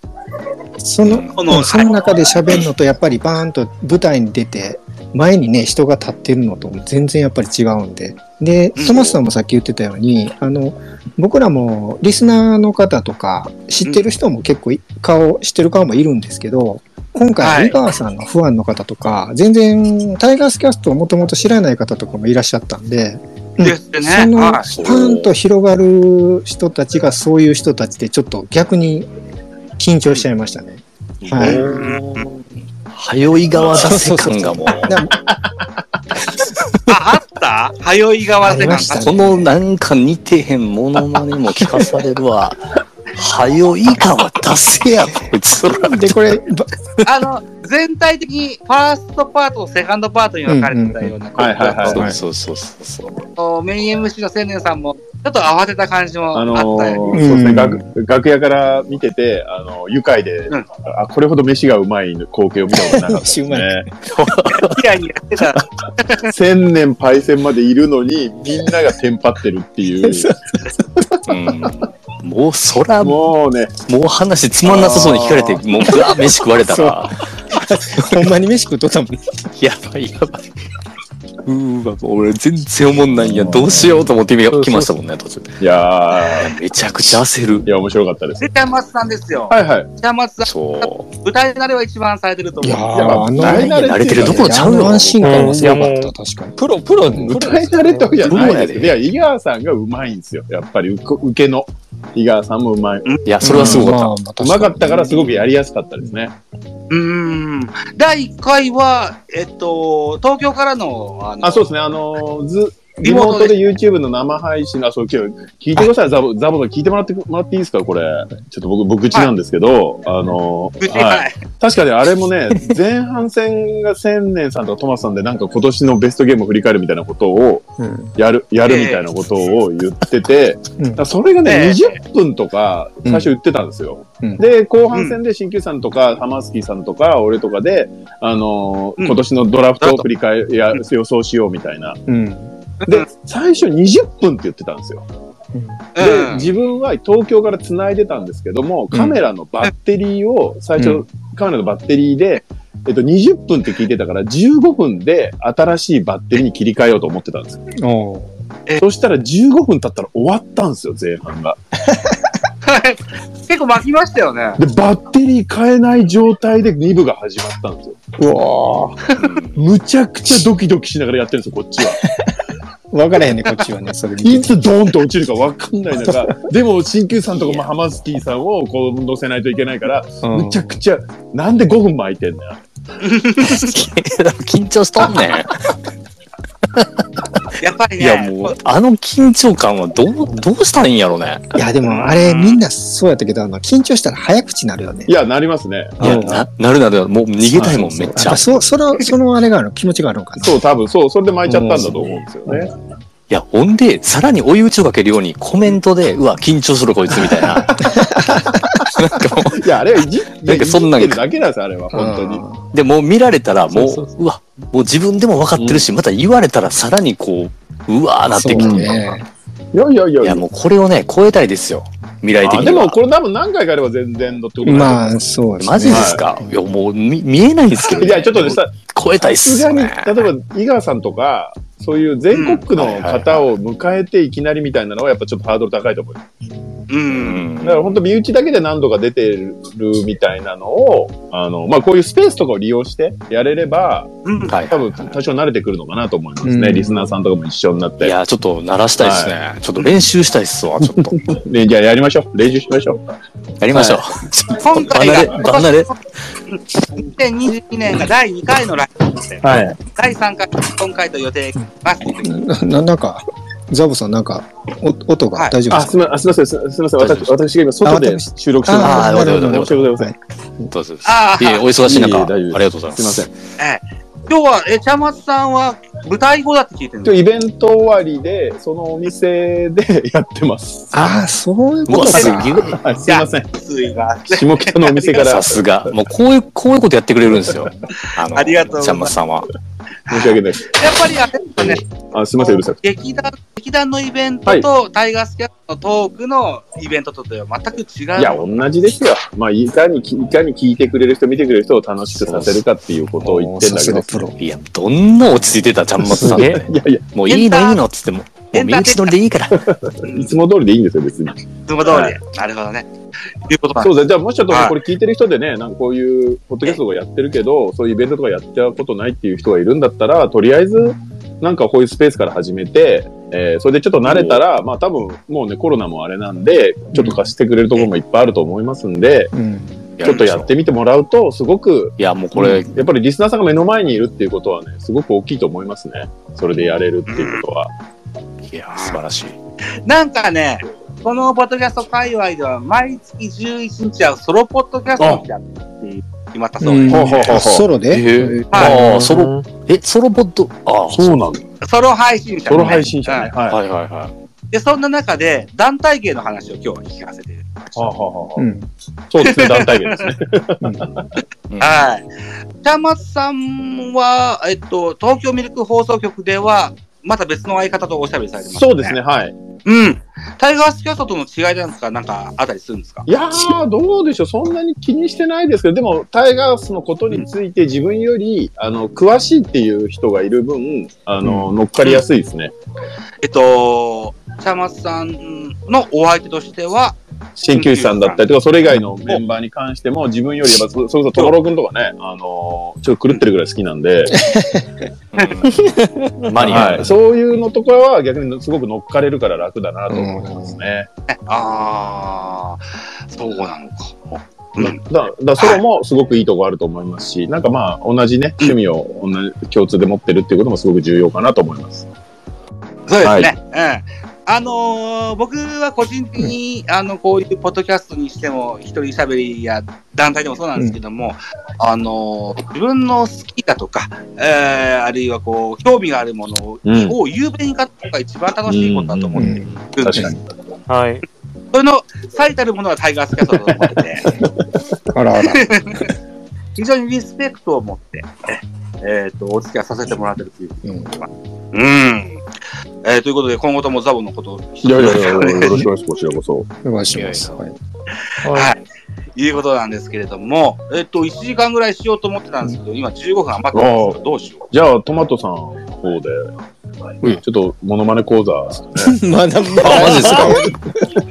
Speaker 5: その、
Speaker 1: こ
Speaker 5: う
Speaker 1: の
Speaker 5: んその中で喋るのとやっぱりバーンと舞台に出て前にね人が立ってるのと全然やっぱり違うんでで
Speaker 1: うん
Speaker 5: トマスさんもさっき言ってたようにあの僕らもリスナーの方とか知ってる人も結構い顔知ってる顔もいるんですけど今
Speaker 1: は
Speaker 5: 回
Speaker 1: い
Speaker 5: 井川さんのファンの方とか全然タイガースキャストをもともと知らない方とかもいらっしゃったんで。うん
Speaker 1: ですね。
Speaker 5: その
Speaker 1: は
Speaker 5: パ
Speaker 1: い。
Speaker 5: ーンと広がる人たちがそういう人たちでちょっと逆に緊張しちゃいましたね。はい
Speaker 3: 早い側出せ感がもう。
Speaker 5: だから
Speaker 1: あ、あった早い側
Speaker 5: あ
Speaker 1: で
Speaker 5: り
Speaker 1: なん
Speaker 5: まし
Speaker 1: か
Speaker 5: た
Speaker 3: このなんか似てへんものまねも聞かされる わ。早い側出せや、こいつら。
Speaker 5: で、これ、ば
Speaker 1: あの、全体的にファーストパートとセカンドパートに分かれてたような
Speaker 4: うんうんうんはいはいはい
Speaker 3: そうそうそうそう。
Speaker 1: こうメイン MC の青年さんも、ちょっと慌てた感じもあ
Speaker 4: あ
Speaker 1: っ
Speaker 4: の
Speaker 1: たよ、ね
Speaker 4: ーそうですね、楽楽屋から見てて、あの愉快で、
Speaker 1: うん
Speaker 4: あ、これほど飯がうまい光景を見たことなかった
Speaker 5: シューマイ。
Speaker 4: ね。
Speaker 1: キラキラしてた。
Speaker 4: 千年パイセンまでいるのに、みんながテンパってるって いう。
Speaker 3: うんもうそら、も
Speaker 4: もうね、
Speaker 3: う話つまんなさそうに聞かれて、もうぐわー飯食われたら、
Speaker 5: ほんまに飯食うとったもん。
Speaker 3: やばいやばい。うーわ、もう俺全然おもんないんや、どうしようと思って今来ましたもんね、途中。
Speaker 4: いや
Speaker 3: めちゃくちゃ焦る
Speaker 4: ー、い。や、面白かったです。
Speaker 1: で、ちゃんまつさんです よ。
Speaker 4: はいはい。
Speaker 1: ちゃんまつさ
Speaker 3: そ
Speaker 1: ん、歌い慣れは一番されてると思う。
Speaker 4: ーあの慣れてると
Speaker 3: こちゃうよ
Speaker 5: あの安心感がすごか
Speaker 2: うん
Speaker 5: っ
Speaker 2: いやも
Speaker 5: た、
Speaker 2: う
Speaker 5: 確かに。
Speaker 2: プロ、プロ、
Speaker 4: 歌い慣れたわけじゃないですけ
Speaker 3: う
Speaker 4: ど、
Speaker 3: まい
Speaker 4: いや、井川さんがうまいんですよ。やっぱり、うこ受けの。井川さんもうまい。う
Speaker 3: う。いや、それはすごかった。
Speaker 5: った。確
Speaker 4: まかったから、すごくやりやすかったですね。
Speaker 1: うーん。第1回は、えっと、東京からの、あの
Speaker 4: あ、そうですね。あのーず、
Speaker 1: リ
Speaker 4: リ
Speaker 1: モー
Speaker 4: モー
Speaker 1: ト
Speaker 4: ト
Speaker 1: で
Speaker 4: で YouTube の生配信の、あ、そう、今日、聞いてください。ザボ、ザボさん聞いてもらって、もらっていいですかこれ。ちょっと僕、僕ちなんですけど、あのー
Speaker 1: うち
Speaker 4: はい。
Speaker 1: はい。
Speaker 4: 確かにあれも ね、前半戦が千年さんとトマスさんで、なんか今年のベストゲームを振り返るみたいなことを、
Speaker 5: うん
Speaker 4: やる、やるみたいなことを言ってて、
Speaker 5: うん
Speaker 4: だからそれがね、
Speaker 1: え
Speaker 4: 20分とか、最初言ってたんですよ。
Speaker 5: うん
Speaker 4: で、後半戦で新旧さんとか、ハマスキーさんとか、俺とかで、あのー
Speaker 1: うん
Speaker 4: 今年のドラフトを振り返り、や予想しようみたいな。
Speaker 5: うん。
Speaker 4: で、最初20分って言ってたんですよ。
Speaker 1: う
Speaker 4: で、
Speaker 1: ん。
Speaker 4: 自分は東京から繋いでたんですけども、カメラのバッテリーを、最
Speaker 5: う
Speaker 4: 初、カメラのバッテリーで、えっと、20分って聞いてたから、15分で新しいバッテリーに切り替えようと思ってたんですよ。
Speaker 5: おう
Speaker 4: そしたら15分経ったら終わったんですよ、前半が。
Speaker 1: 結構巻きましたよね。
Speaker 4: で、バッテリー変えない状態で2部が始まったんですよ。
Speaker 5: うわ
Speaker 4: むちゃくちゃドキドキしながらやってるんですよ、こっちは。
Speaker 5: 分からへんね、こっちはね、それ見
Speaker 4: い
Speaker 5: てて。
Speaker 4: つドーンと落ちるか分かんない中、でも、新旧さんとかもハマスキーさんをこう乗せないといけないから、むちゃくちゃ、なんで5分も空いてんだよ。
Speaker 3: 緊張しとんねん。
Speaker 1: やっぱり
Speaker 3: いや
Speaker 1: ね、
Speaker 3: もう、あの緊張感はどう、どうしたらいいんやろうね。
Speaker 5: いや、でもあれみんなそうやったけど、あの、緊張したら早口なるよね
Speaker 4: い。や、なりますね。
Speaker 3: いや、な、なるなる、もう逃げたいもん、
Speaker 5: そ
Speaker 3: め
Speaker 5: う
Speaker 3: っ
Speaker 5: そうそう
Speaker 3: ちゃ
Speaker 5: やぱ。そ、その、そのあれがあるの、気持ちがあるのかな。
Speaker 4: そう、多分、そう、それで巻いちゃったんだと思うんですよね。
Speaker 3: いや、ほんで、さらに追い打ちをかけるようにコメントで、うわ、緊張するこいつみたい な。なんかも
Speaker 4: いや、あれはいじって、
Speaker 3: なんかそんなん
Speaker 4: いじってるだけなんですよ、あれは、本当に。
Speaker 5: 当
Speaker 3: う、で、もう見られたら、もう、
Speaker 4: そう
Speaker 3: わ、もう自分でも分かってるし、また言われたらさらにこう、うわーなってきて。
Speaker 5: そうね。
Speaker 4: いやいやいや
Speaker 3: いや、もうこれをね、超えたいですよ。未来的
Speaker 4: あ
Speaker 3: に
Speaker 4: で
Speaker 3: は。
Speaker 4: もこれ多分何回かやれば全然のってことあ
Speaker 5: まあ、そうですね。
Speaker 3: マジですか、い、や、もう見見えないですけど、
Speaker 4: いやちょっとねさ
Speaker 3: 超えたいっ
Speaker 4: さす
Speaker 3: す
Speaker 4: が
Speaker 3: よ、
Speaker 4: に
Speaker 3: ね。
Speaker 4: 例えば井川さんとかそういう全国区の方を迎えていきなりみたいなのはやっぱちょっとハードル高いと思うだ
Speaker 1: う。
Speaker 3: うんん
Speaker 4: から本当身内だけで何度か出てるみたいなのをあの、まあ、こういうスペースとかを利用してやれれば
Speaker 1: うん。
Speaker 3: はい
Speaker 4: 多分多少慣れてくるのかなと思いますね、
Speaker 5: うん
Speaker 4: リスナーさんとかも一緒になっ
Speaker 3: い
Speaker 4: て
Speaker 3: や、ちょっと鳴らしたいですね、ちょっと練習したいっすわ、ちょっと。
Speaker 4: ねじゃあやりましょう練習しましょう
Speaker 3: やりましょう。
Speaker 1: 今回
Speaker 3: 離れ、
Speaker 1: が、
Speaker 3: 離れ。
Speaker 1: 2022年が第2回のライブですね。
Speaker 4: はい
Speaker 1: 第3回、今回と予定します。
Speaker 5: な ななんか、ザボさん、なんか、お音が大丈夫
Speaker 4: あ
Speaker 5: です
Speaker 4: すみませんすみませんすみません
Speaker 3: 大丈夫で
Speaker 4: 私
Speaker 3: す
Speaker 4: 私が今外で収録して
Speaker 5: か
Speaker 4: ま
Speaker 3: あー
Speaker 4: す
Speaker 5: な
Speaker 3: わか
Speaker 5: る
Speaker 3: る
Speaker 5: ほ
Speaker 3: わか
Speaker 5: ど
Speaker 3: る
Speaker 4: 申し訳ございません
Speaker 3: どうぞどうぞ
Speaker 1: ああ
Speaker 3: い えいえ、お忙しい中、
Speaker 4: いえいえ大
Speaker 3: あ
Speaker 4: 丈夫
Speaker 3: り
Speaker 4: で
Speaker 3: がと
Speaker 4: す
Speaker 3: うございます
Speaker 4: す。みません
Speaker 1: 今日は、え、茶松さんは舞台後だって聞いてるん
Speaker 4: 今
Speaker 1: で
Speaker 4: 日イベント終わりで、そのお店でやってます。
Speaker 5: ああ、そういう
Speaker 3: う
Speaker 5: こ
Speaker 3: わ、
Speaker 5: と
Speaker 3: す
Speaker 5: か。
Speaker 3: げえ。
Speaker 4: はい、すいません。
Speaker 1: す。水が。
Speaker 4: 下北のお店から
Speaker 3: さ
Speaker 4: 申し
Speaker 3: すが。もうこういう、こういうことやってくれるんですよ。あ
Speaker 1: ありがとうございます
Speaker 3: ちゃんまつさんは。
Speaker 4: 訳な
Speaker 1: や
Speaker 4: い。
Speaker 1: っぱりあれですね、
Speaker 4: あ、すいません、うるさくて。
Speaker 1: 劇団劇団のイベントと、タイガースキャットのトークのイベントとでは全く違う。
Speaker 4: いや、同じですよ。まあ、いかに、いかに聞いてくれる人、見てくれる人を楽しくさせるかっていうことを言ってる
Speaker 5: さ
Speaker 4: だけ
Speaker 5: す
Speaker 4: で
Speaker 5: が
Speaker 4: す。
Speaker 5: プロ。
Speaker 3: いや、どんな落ち着いてた、ちゃんまつさん
Speaker 2: すげ
Speaker 3: ね。
Speaker 4: いやいや、
Speaker 3: もういいの
Speaker 1: エンター
Speaker 3: いいのっつっても、も
Speaker 1: エ
Speaker 3: う
Speaker 1: ン
Speaker 3: 身
Speaker 1: ターテイナー
Speaker 3: 内乗りでいいから。
Speaker 4: いつも通りでいいんですよ、別に。
Speaker 1: いつも通り。なるほどね。いうことなん
Speaker 4: そ
Speaker 1: で
Speaker 4: うですね。じゃあ、もしちょっと
Speaker 1: はい
Speaker 4: これ聞いてる人でね、なんかこういう、ポッドキャストとかやってるけど、そういうイベントとかやっちゃうことないっていう人がいるんだったら、とりあえず、なんかこういうスペースから始めて、えーそれでちょっと慣れたら、まあ多分、もうね、コロナもあれなんで、ちょっと貸してくれるところもいっぱいあると思いますんで、
Speaker 5: うん。
Speaker 4: ちょっとやってみてもらうと、すごく、
Speaker 3: いや、もうこれ、
Speaker 4: やっぱりリスナーさんが目の前にいるっていうことはね、すごく大きいと思いますね。それでやれるっていうことは。
Speaker 3: いや、素晴らしい。
Speaker 1: す。なんかね、このポッドキャスト界隈では、毎月11日はソロポッドキャストをやるって決まったそうです。
Speaker 4: ほうほうほうほう
Speaker 5: ソロ
Speaker 3: え
Speaker 5: で
Speaker 3: ー
Speaker 1: はい
Speaker 3: ああ、ソロ、
Speaker 2: ロ。
Speaker 3: え、ソロポッド、ああ、
Speaker 4: そうなんだ。
Speaker 1: ソロ配信者、
Speaker 4: ソロ配信者ね。はい。は
Speaker 3: はいはいはい。
Speaker 1: うんで、そんな中で、団体芸の話を今日は聞かせていただきました
Speaker 4: あはあはあ
Speaker 5: うん。
Speaker 4: そうですね、団体芸 ですね。
Speaker 3: うん
Speaker 1: はい。北松さんは、えっと、東京ミルク放送局では、また別の相方とおしゃべりされてます、
Speaker 4: そうですね、。はい。
Speaker 1: うん。タイガースキャストとの違いなんですかなんかあったりするんですか
Speaker 4: いやー、どうでしょう、そんなに気にしてないですけど、でも、タイガースのことについて、自分より、あの詳しいっていう人がいる分、あの乗っかりやすいですね、
Speaker 1: えっと、北松さんのお相手としては、
Speaker 4: 鍼灸師さんだったりとか、それ以外のメンバーに関しても、自分より、やっぱそそれこそ、ところくんとかね、あのちょっと狂ってるぐらい好きなんで、
Speaker 3: うんマニア。
Speaker 4: はい、そういうのとかは、逆にすごく乗っかれるから楽だなと思いますね。
Speaker 1: ねああ、そうなのか。うん
Speaker 4: だだソロもすごくいいとこあると思いますし、なんかまあ、同じね、趣味を同じ共通で持ってるっていうこともすごく重要かなと思います。
Speaker 1: そうですね。うん。あのー僕は個人的に、あの、こういうポッドキャストにしても、一人喋りや団体でもそうなんですけども、あのー自分の好きだとか、えーあるいはこう、興味があるものを、
Speaker 4: うん
Speaker 1: を有名に語るのが一番楽しいことだと思
Speaker 5: う
Speaker 1: って
Speaker 5: ん。
Speaker 1: るんで
Speaker 4: 確
Speaker 1: す。
Speaker 4: かに。
Speaker 2: はい。
Speaker 1: それの最たるものはタイガースキャストだと思ってて、
Speaker 5: あらあら。
Speaker 1: 非常にリスペクトを持って、えっ、と、お付き合いさせてもらってるという。
Speaker 5: うん
Speaker 1: うん。えーということで、今後ともザボのことを、
Speaker 4: いやいやいや、よろしくお願いします、こちらこそ。
Speaker 5: お願いします。はい
Speaker 2: は
Speaker 1: はい。いうことなんですけれども、えっと、1時間ぐらいしようと思ってたんですけど、今15分余ってますけど、どうしよ
Speaker 4: じゃあ、トマトさんの方で、
Speaker 3: うん
Speaker 4: ちょっとモノマネ講座、
Speaker 5: まだま
Speaker 3: あ、マジです
Speaker 5: か
Speaker 3: か。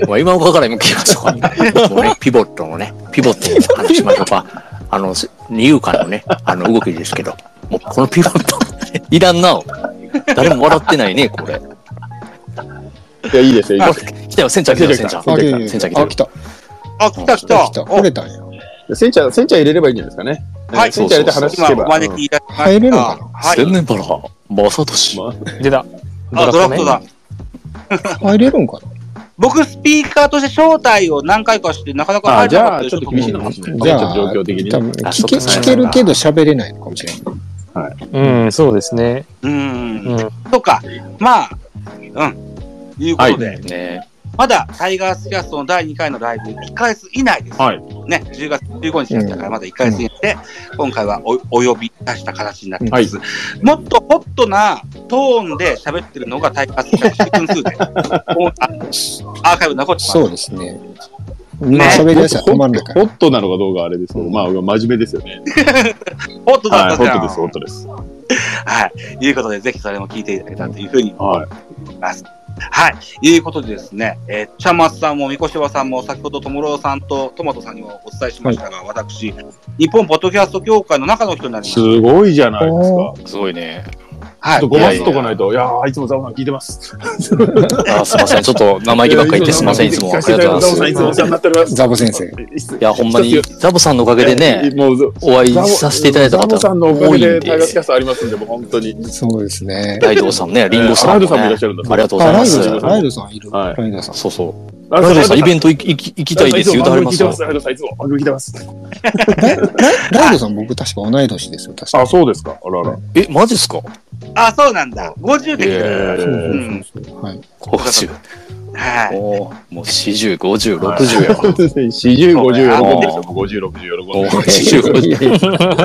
Speaker 3: まあ、今岡から今来ま した。もうね、ピボットのね、ピボットの話しましょうか。あの、し二遊間のね、あの動きですけど、もうこのピボット、いらんな。誰も笑ってないね、これ。
Speaker 4: いや、いいですよ、いいですよ
Speaker 3: 来たよ、センちゃん来たよ、センちゃん。
Speaker 5: あ来
Speaker 3: センちゃん来
Speaker 5: た。あ、
Speaker 3: て
Speaker 5: 来
Speaker 1: う。あ、来
Speaker 3: る。
Speaker 5: た。
Speaker 1: た来た。
Speaker 5: 来た。
Speaker 1: お
Speaker 5: 来れたんや。
Speaker 4: センチャー、センチャー入れればいいんじゃないですかね。
Speaker 1: はい
Speaker 4: ツイッターで話
Speaker 1: 今
Speaker 4: 聞け
Speaker 1: お
Speaker 4: ば。
Speaker 1: 招きいたしました。
Speaker 5: 入れるのかな
Speaker 1: はい。
Speaker 3: 千年原、正俊。
Speaker 4: まあ
Speaker 2: 出た。
Speaker 1: あ、ドラフトだ
Speaker 2: ね。。
Speaker 5: 入れるんかな
Speaker 1: 僕、スピーカーとして招待を何回かして、なかなか
Speaker 4: あ
Speaker 1: 入
Speaker 4: じ
Speaker 1: らなかった
Speaker 4: ゃあ、
Speaker 1: で
Speaker 4: ち
Speaker 1: し
Speaker 4: ょ
Speaker 1: ょ
Speaker 4: っと厳しいのかもしれない。
Speaker 5: じゃあ、
Speaker 4: ちょっと状況的に
Speaker 5: 多
Speaker 4: ね。
Speaker 5: 分
Speaker 3: あ
Speaker 5: 聞
Speaker 3: そ
Speaker 5: け
Speaker 3: っかそ
Speaker 5: 聞
Speaker 3: っか
Speaker 5: けるけど喋れないのかもしれない。
Speaker 2: うん、そうですね。
Speaker 1: うん。
Speaker 2: うん。
Speaker 1: とか、まあ、うん。いうことで、
Speaker 3: ね
Speaker 1: まだタイガースキャストの第2回のライブ、1ヶ月以内です。
Speaker 4: はい
Speaker 1: ね、10月15日だったから、まだ1ヶ月以内で、今回はおお呼び出した形になってます。もっとホットなトーンで喋ってるのがタイガースキャストシーズン2で、 おあアーカイブ残ってます。
Speaker 5: そうですね。まあ喋り出したら止まんないから。
Speaker 4: ホットなのかどうかはあれですけど、まあ、真面目ですよね。
Speaker 1: ホットだっ
Speaker 4: はい、
Speaker 1: た
Speaker 4: ホ
Speaker 1: じゃ
Speaker 4: ッ
Speaker 1: ん。
Speaker 4: トです、ホットです。
Speaker 1: はい。いうことで、ぜひそれも聞いていただけたらというふうに
Speaker 4: はい。
Speaker 1: はい。いうことでですね、えー、ちゃまつさんも、みこしばさんも、先ほど、ともろうさんと、トマトさんにもお伝えしましたが、私、日本ポッドキャスト協会の中の人になります
Speaker 4: す。ごいじゃないですか。
Speaker 5: お
Speaker 4: ちょ
Speaker 3: すごいね。
Speaker 1: は
Speaker 4: っ
Speaker 1: い
Speaker 4: と。ごますっとかないと、いやー、いつもザボさん聞いてます。
Speaker 3: あ、すいません。ちょっと生意気ばっかり言ってすいません。いつも。ありがとうございます。
Speaker 4: ザボさん、いつもお世話になっております。
Speaker 5: ザボ先生。
Speaker 3: いや、ほんまに、ザボさんのおか
Speaker 4: お
Speaker 3: げでね、、
Speaker 4: もう、
Speaker 3: お会いさせていただいた
Speaker 4: ザボ
Speaker 3: 方
Speaker 4: さんのおか
Speaker 3: 多
Speaker 4: げ
Speaker 3: いんで
Speaker 4: で、タイガースキャストありますんで、もう本当に。
Speaker 5: そうですね。
Speaker 3: ライドさんね、リンゴさん,、
Speaker 4: えーライドさんもいらっしゃるんだ
Speaker 3: ありがとうご
Speaker 5: あ、
Speaker 3: ざい
Speaker 5: ラ
Speaker 3: ま
Speaker 5: イ
Speaker 3: す
Speaker 5: ド。さん、ライ
Speaker 3: そ
Speaker 5: ドさんいる。
Speaker 4: はい
Speaker 5: ライドさん。
Speaker 3: うそう。
Speaker 4: ラ
Speaker 3: ライドさん、イベ
Speaker 4: ン
Speaker 3: ント行き行きたいですよってありますよ。
Speaker 4: ライドさん、いつも番組聞いてます。
Speaker 5: ライライドさん、僕確か同い年ですよ、確か。
Speaker 4: あ、そうですか。あらあら。
Speaker 3: え、マジっすか
Speaker 1: あ、そうなんだ。50できる。
Speaker 3: え
Speaker 5: そう
Speaker 4: え
Speaker 5: そうそうそう。はい。
Speaker 3: ?50。
Speaker 1: はい。
Speaker 3: おーもう40、50、60や。
Speaker 4: 四十五十喜んでる
Speaker 3: あー
Speaker 4: 五十六十喜ん
Speaker 3: お
Speaker 4: で
Speaker 3: ー
Speaker 4: る。
Speaker 3: 40 50い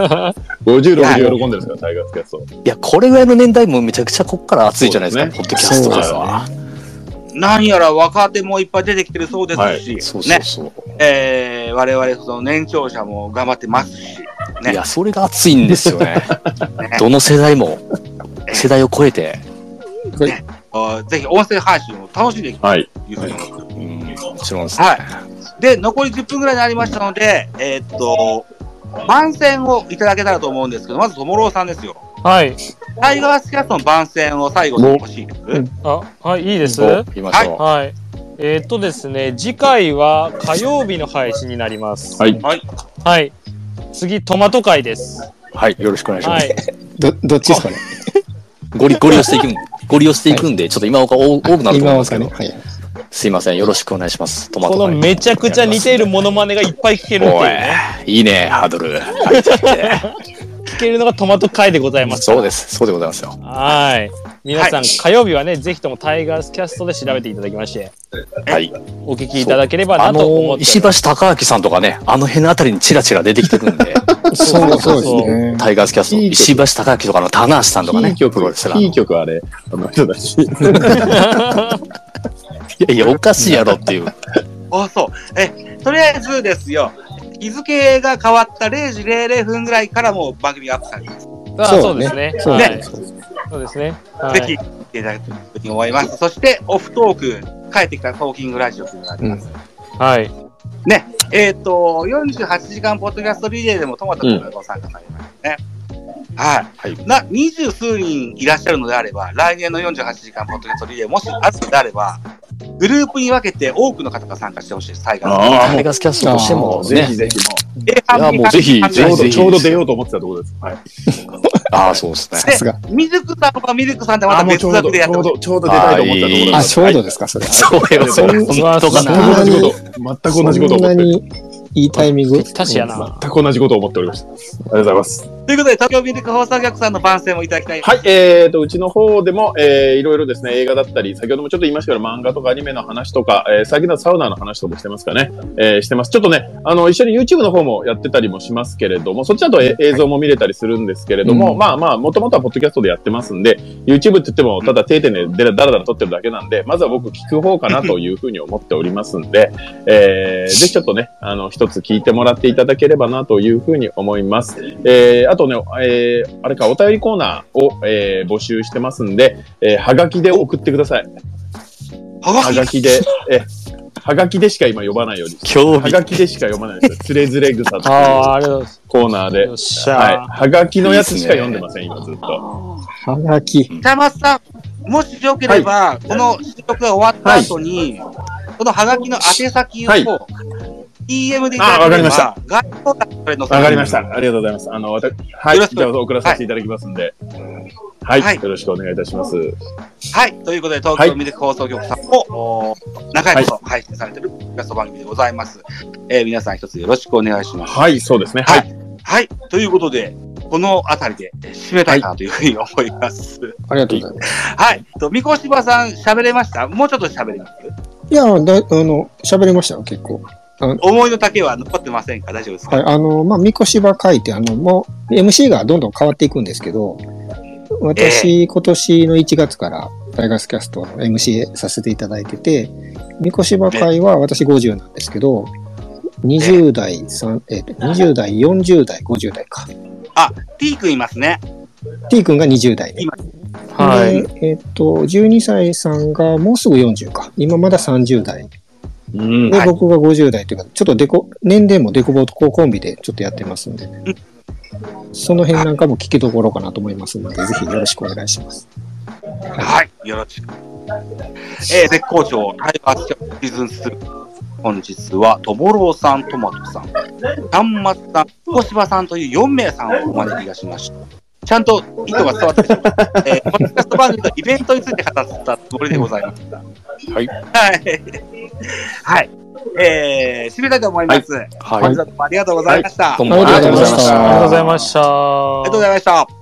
Speaker 4: 五十六十喜んでるんですからタイガースキャスト。
Speaker 3: や、これぐらいの年代もめちゃくちゃこっから熱いじゃないですか、
Speaker 4: そうです
Speaker 3: ポッドキャストは。
Speaker 1: 何やら若手もいっぱい出てきてるそうですし、
Speaker 3: そうそ
Speaker 1: ね
Speaker 3: う。そう。
Speaker 1: えー、我々、その年長者も頑張ってますし、ね
Speaker 3: いや、それが熱いんですよね
Speaker 1: ね。
Speaker 3: どの世代も、世代を超えて。
Speaker 1: あーぜひ音声配信を楽しんでいきた
Speaker 4: はい。
Speaker 1: いというふうに思います。
Speaker 3: うん、もちろんです。
Speaker 1: はい。で、残り10分ぐらいになりましたので、えーっと、番宣をいただけたらと思うんですけど、まず、ともろうさんですよ。
Speaker 2: はい。
Speaker 1: タイガースキャストの番宣を最後に欲しいです。
Speaker 2: あ、はい、いいです。
Speaker 3: 行きましょう。
Speaker 2: はい。えーっとですね、次回は火曜日の配信になります。
Speaker 4: はい
Speaker 2: はい。次、トマト会です。
Speaker 3: はい、よろしくお願いしま
Speaker 2: は
Speaker 3: す。
Speaker 2: い。
Speaker 5: ど、どっちですかね。
Speaker 3: ゴリゴリ押していくん、ゴリ押していくんで、ちょっと今岡多多くなると思う
Speaker 5: 今
Speaker 3: ん
Speaker 5: は
Speaker 3: です
Speaker 5: さ
Speaker 3: け
Speaker 5: ね。
Speaker 3: ど、
Speaker 5: はい。
Speaker 3: すいません、よろしくお願いします。トマ
Speaker 2: こ
Speaker 3: ト
Speaker 2: の
Speaker 3: が
Speaker 2: めちゃくちゃ似ているモノマネがいっぱい聞けるっていう
Speaker 3: おい
Speaker 2: ね。、
Speaker 3: いいね、ハードル。はい
Speaker 2: 聞けるのがトマト会でございます。
Speaker 3: そうです、そうでございますよ。
Speaker 2: はい。皆さ
Speaker 1: は
Speaker 2: ん、火曜日はね、ぜひともタイガースキャストで調べていただきまして、
Speaker 3: はい。
Speaker 2: お聞きいただければ
Speaker 3: あ
Speaker 2: なと思っ
Speaker 3: の、
Speaker 2: ており
Speaker 3: 石
Speaker 2: ま
Speaker 3: 橋
Speaker 2: す。
Speaker 3: 貴明さんとかね、あの辺のあたりにチラチラ出てきてくんで、
Speaker 5: そうそうですね。
Speaker 3: タイガースキャスト、
Speaker 4: いい曲
Speaker 3: 石橋貴明とかの棚橋さんとか
Speaker 4: い
Speaker 3: ね
Speaker 4: い、
Speaker 3: プロ
Speaker 4: 曲
Speaker 3: レスラ、ーの
Speaker 4: いい曲あれ。あの人たち。
Speaker 3: いやいや、おかしいやろっていう。
Speaker 1: あ、そう。え、とりあえずですよ、日付が変わった0時00分ぐらいからもう番組がアップされてます。
Speaker 2: あそうですね。
Speaker 5: そう
Speaker 2: は
Speaker 5: ね
Speaker 2: い。
Speaker 5: そうね
Speaker 2: そうですね。
Speaker 1: ぜひ、聞いていただけたらというふうに思います。そして、オフトーク、帰ってきたトーキングラジオというのがあります。
Speaker 2: はい。はい。
Speaker 1: えっ、と、48時間ポッドキャストリレーでもトマト君がご参加されましたね。はい、
Speaker 3: は
Speaker 1: な、二十数人いらっしゃるのであれば、来年の48時間ポッドキャストリレー、もしあるのであれば、グループに分けて多くの方が参加してほしいです、タイガース。
Speaker 4: あ
Speaker 3: タイガースキャストとして
Speaker 4: あ、も
Speaker 3: も
Speaker 4: うぜひ
Speaker 3: ね、
Speaker 4: ぜひ
Speaker 1: で半分
Speaker 3: いやもうぜひ
Speaker 1: 半分
Speaker 4: もう。
Speaker 3: ぜ
Speaker 4: ちょ
Speaker 3: ひ
Speaker 4: うどちょうど出ようと思ってたところです。はい。
Speaker 3: ああ、そうですね。
Speaker 5: さすが。
Speaker 1: ミルクさんはミルクさんでま
Speaker 4: あ
Speaker 1: た
Speaker 4: もう
Speaker 1: 別
Speaker 4: ちょうど
Speaker 1: 枠で
Speaker 4: ち
Speaker 1: やって
Speaker 4: ょ
Speaker 1: ほ
Speaker 4: う
Speaker 1: しい。
Speaker 4: どちょうど出たいと思ったところ
Speaker 5: あ、
Speaker 4: です。
Speaker 5: ちょうどですか、それ。
Speaker 3: そうよ、そうよ。本当か
Speaker 2: う
Speaker 3: な
Speaker 2: わ。
Speaker 4: 全く同じこと。全く同じこと
Speaker 5: そん
Speaker 4: 思
Speaker 5: な
Speaker 4: って。
Speaker 5: にいいタイミング。
Speaker 2: 確かやな。
Speaker 4: 全く同じことを思っておりました。ありがとうございます。
Speaker 1: ということで、東京ミルク放送局さんの番宣もいただきたい。
Speaker 4: はい、えー、と、うちの方でも、えー、いろいろですね、映画だったり、先ほどもちょっと言いましたけど、漫画とかアニメの話とか、えー、先ほどサウナの話とかもしてますかね、えー、してます。ちょっとね、あの、一緒に YouTube の方もやってたりもしますけれども、そっちだとえ映像も見れたりするんですけれども、
Speaker 5: うん
Speaker 4: まあまあ、もともとはポッドキャストでやってますんで、YouTube って言っても、ただ定点でだらだら撮ってるだけなんで、まずは僕聞く方かなというふうに思っておりますんで、えー、ぜひちょっとね、あの、一つ聞いてもらっていただければなというふうに思います。えーあとね、えーあれか、お便りコーナーを、えー募集してますんで、えーはがきで送ってください。は
Speaker 1: は
Speaker 4: がきで、えはがきでしか今呼ばないように。
Speaker 3: 興
Speaker 4: は
Speaker 3: 味。
Speaker 4: がきでしか読まないです。 つれづれ草
Speaker 2: あ
Speaker 4: の
Speaker 2: あ、ありがとうございます。
Speaker 4: コーナーで
Speaker 2: よっ。し
Speaker 4: はい。
Speaker 2: ゃ
Speaker 4: はがきのやつしか読んでません、今ずっと。
Speaker 5: はがき。
Speaker 1: 北松さん、もしよければ、この収録が終わった後に、このハガキの宛先を、
Speaker 4: はい
Speaker 1: DM でい
Speaker 4: あわかりました
Speaker 1: 概要欄にそれ載せて
Speaker 4: わかりました。ありがとうございます。あの、私、は
Speaker 1: よろ
Speaker 4: い、
Speaker 1: しく
Speaker 4: じゃあ送らさせていただきますんで。はい、
Speaker 1: はい
Speaker 4: よろしくお願いいたします。
Speaker 1: はい。ということで、東京ミルク放送局さんも、おー長いこと配信されてるラスト番組でございます。えー皆さん一つよろしくお願いします。
Speaker 4: はい、そうですね。
Speaker 1: は
Speaker 4: はいい。
Speaker 1: はい。ということで、このあたりでえー締めたいなというふうに思います。
Speaker 5: ありがとうございます。
Speaker 1: はい。と、三越場さん喋れましたもうちょっと喋ります
Speaker 5: いや、だあの、喋れましたよ、結構。
Speaker 1: 思いの丈は残ってませんか大丈夫ですか
Speaker 5: はい、あの、まあ、みこしば書いて、あの、もう、MC がどんどん変わっていくんですけど、私、今年の1月から、タイガースキャストの MC させていただいてて、みこしば会は私50なんですけど、20代、三えっと、20代、40代、50代か。
Speaker 1: ピークいますね。
Speaker 5: T 君が20代ね。
Speaker 2: はい。
Speaker 5: で、えっと、12歳さんがもうすぐ40か。今まだ30代。
Speaker 4: うん。
Speaker 5: で、
Speaker 1: はい
Speaker 5: 僕が50代というか、ちょっとデコ、年齢もデコボココンビでちょっとやってますんで、その辺なんかも聞きどころかなと思いますので、ぜひよろしくお願いします。
Speaker 1: はい。よろしく。えー絶好調、タイガースキャンシーズン3。本日は、ともろうさん、トマトさん、端末さん、小芝さんという4名さんをお招きいたしました。ちゃんと意図が伝わってきました。えー、ポッドキャスト番組のイベントについて語ったつもりでございました。はいはい。はい。えー、締めたいと思います。
Speaker 3: はい
Speaker 1: 本日はどうもありがとうございました。
Speaker 3: どう
Speaker 1: あ
Speaker 3: もありがとうございまし
Speaker 5: あ
Speaker 2: ありがとう
Speaker 3: た
Speaker 2: ご。ざいました。
Speaker 1: りが
Speaker 2: ありが
Speaker 1: とうございました。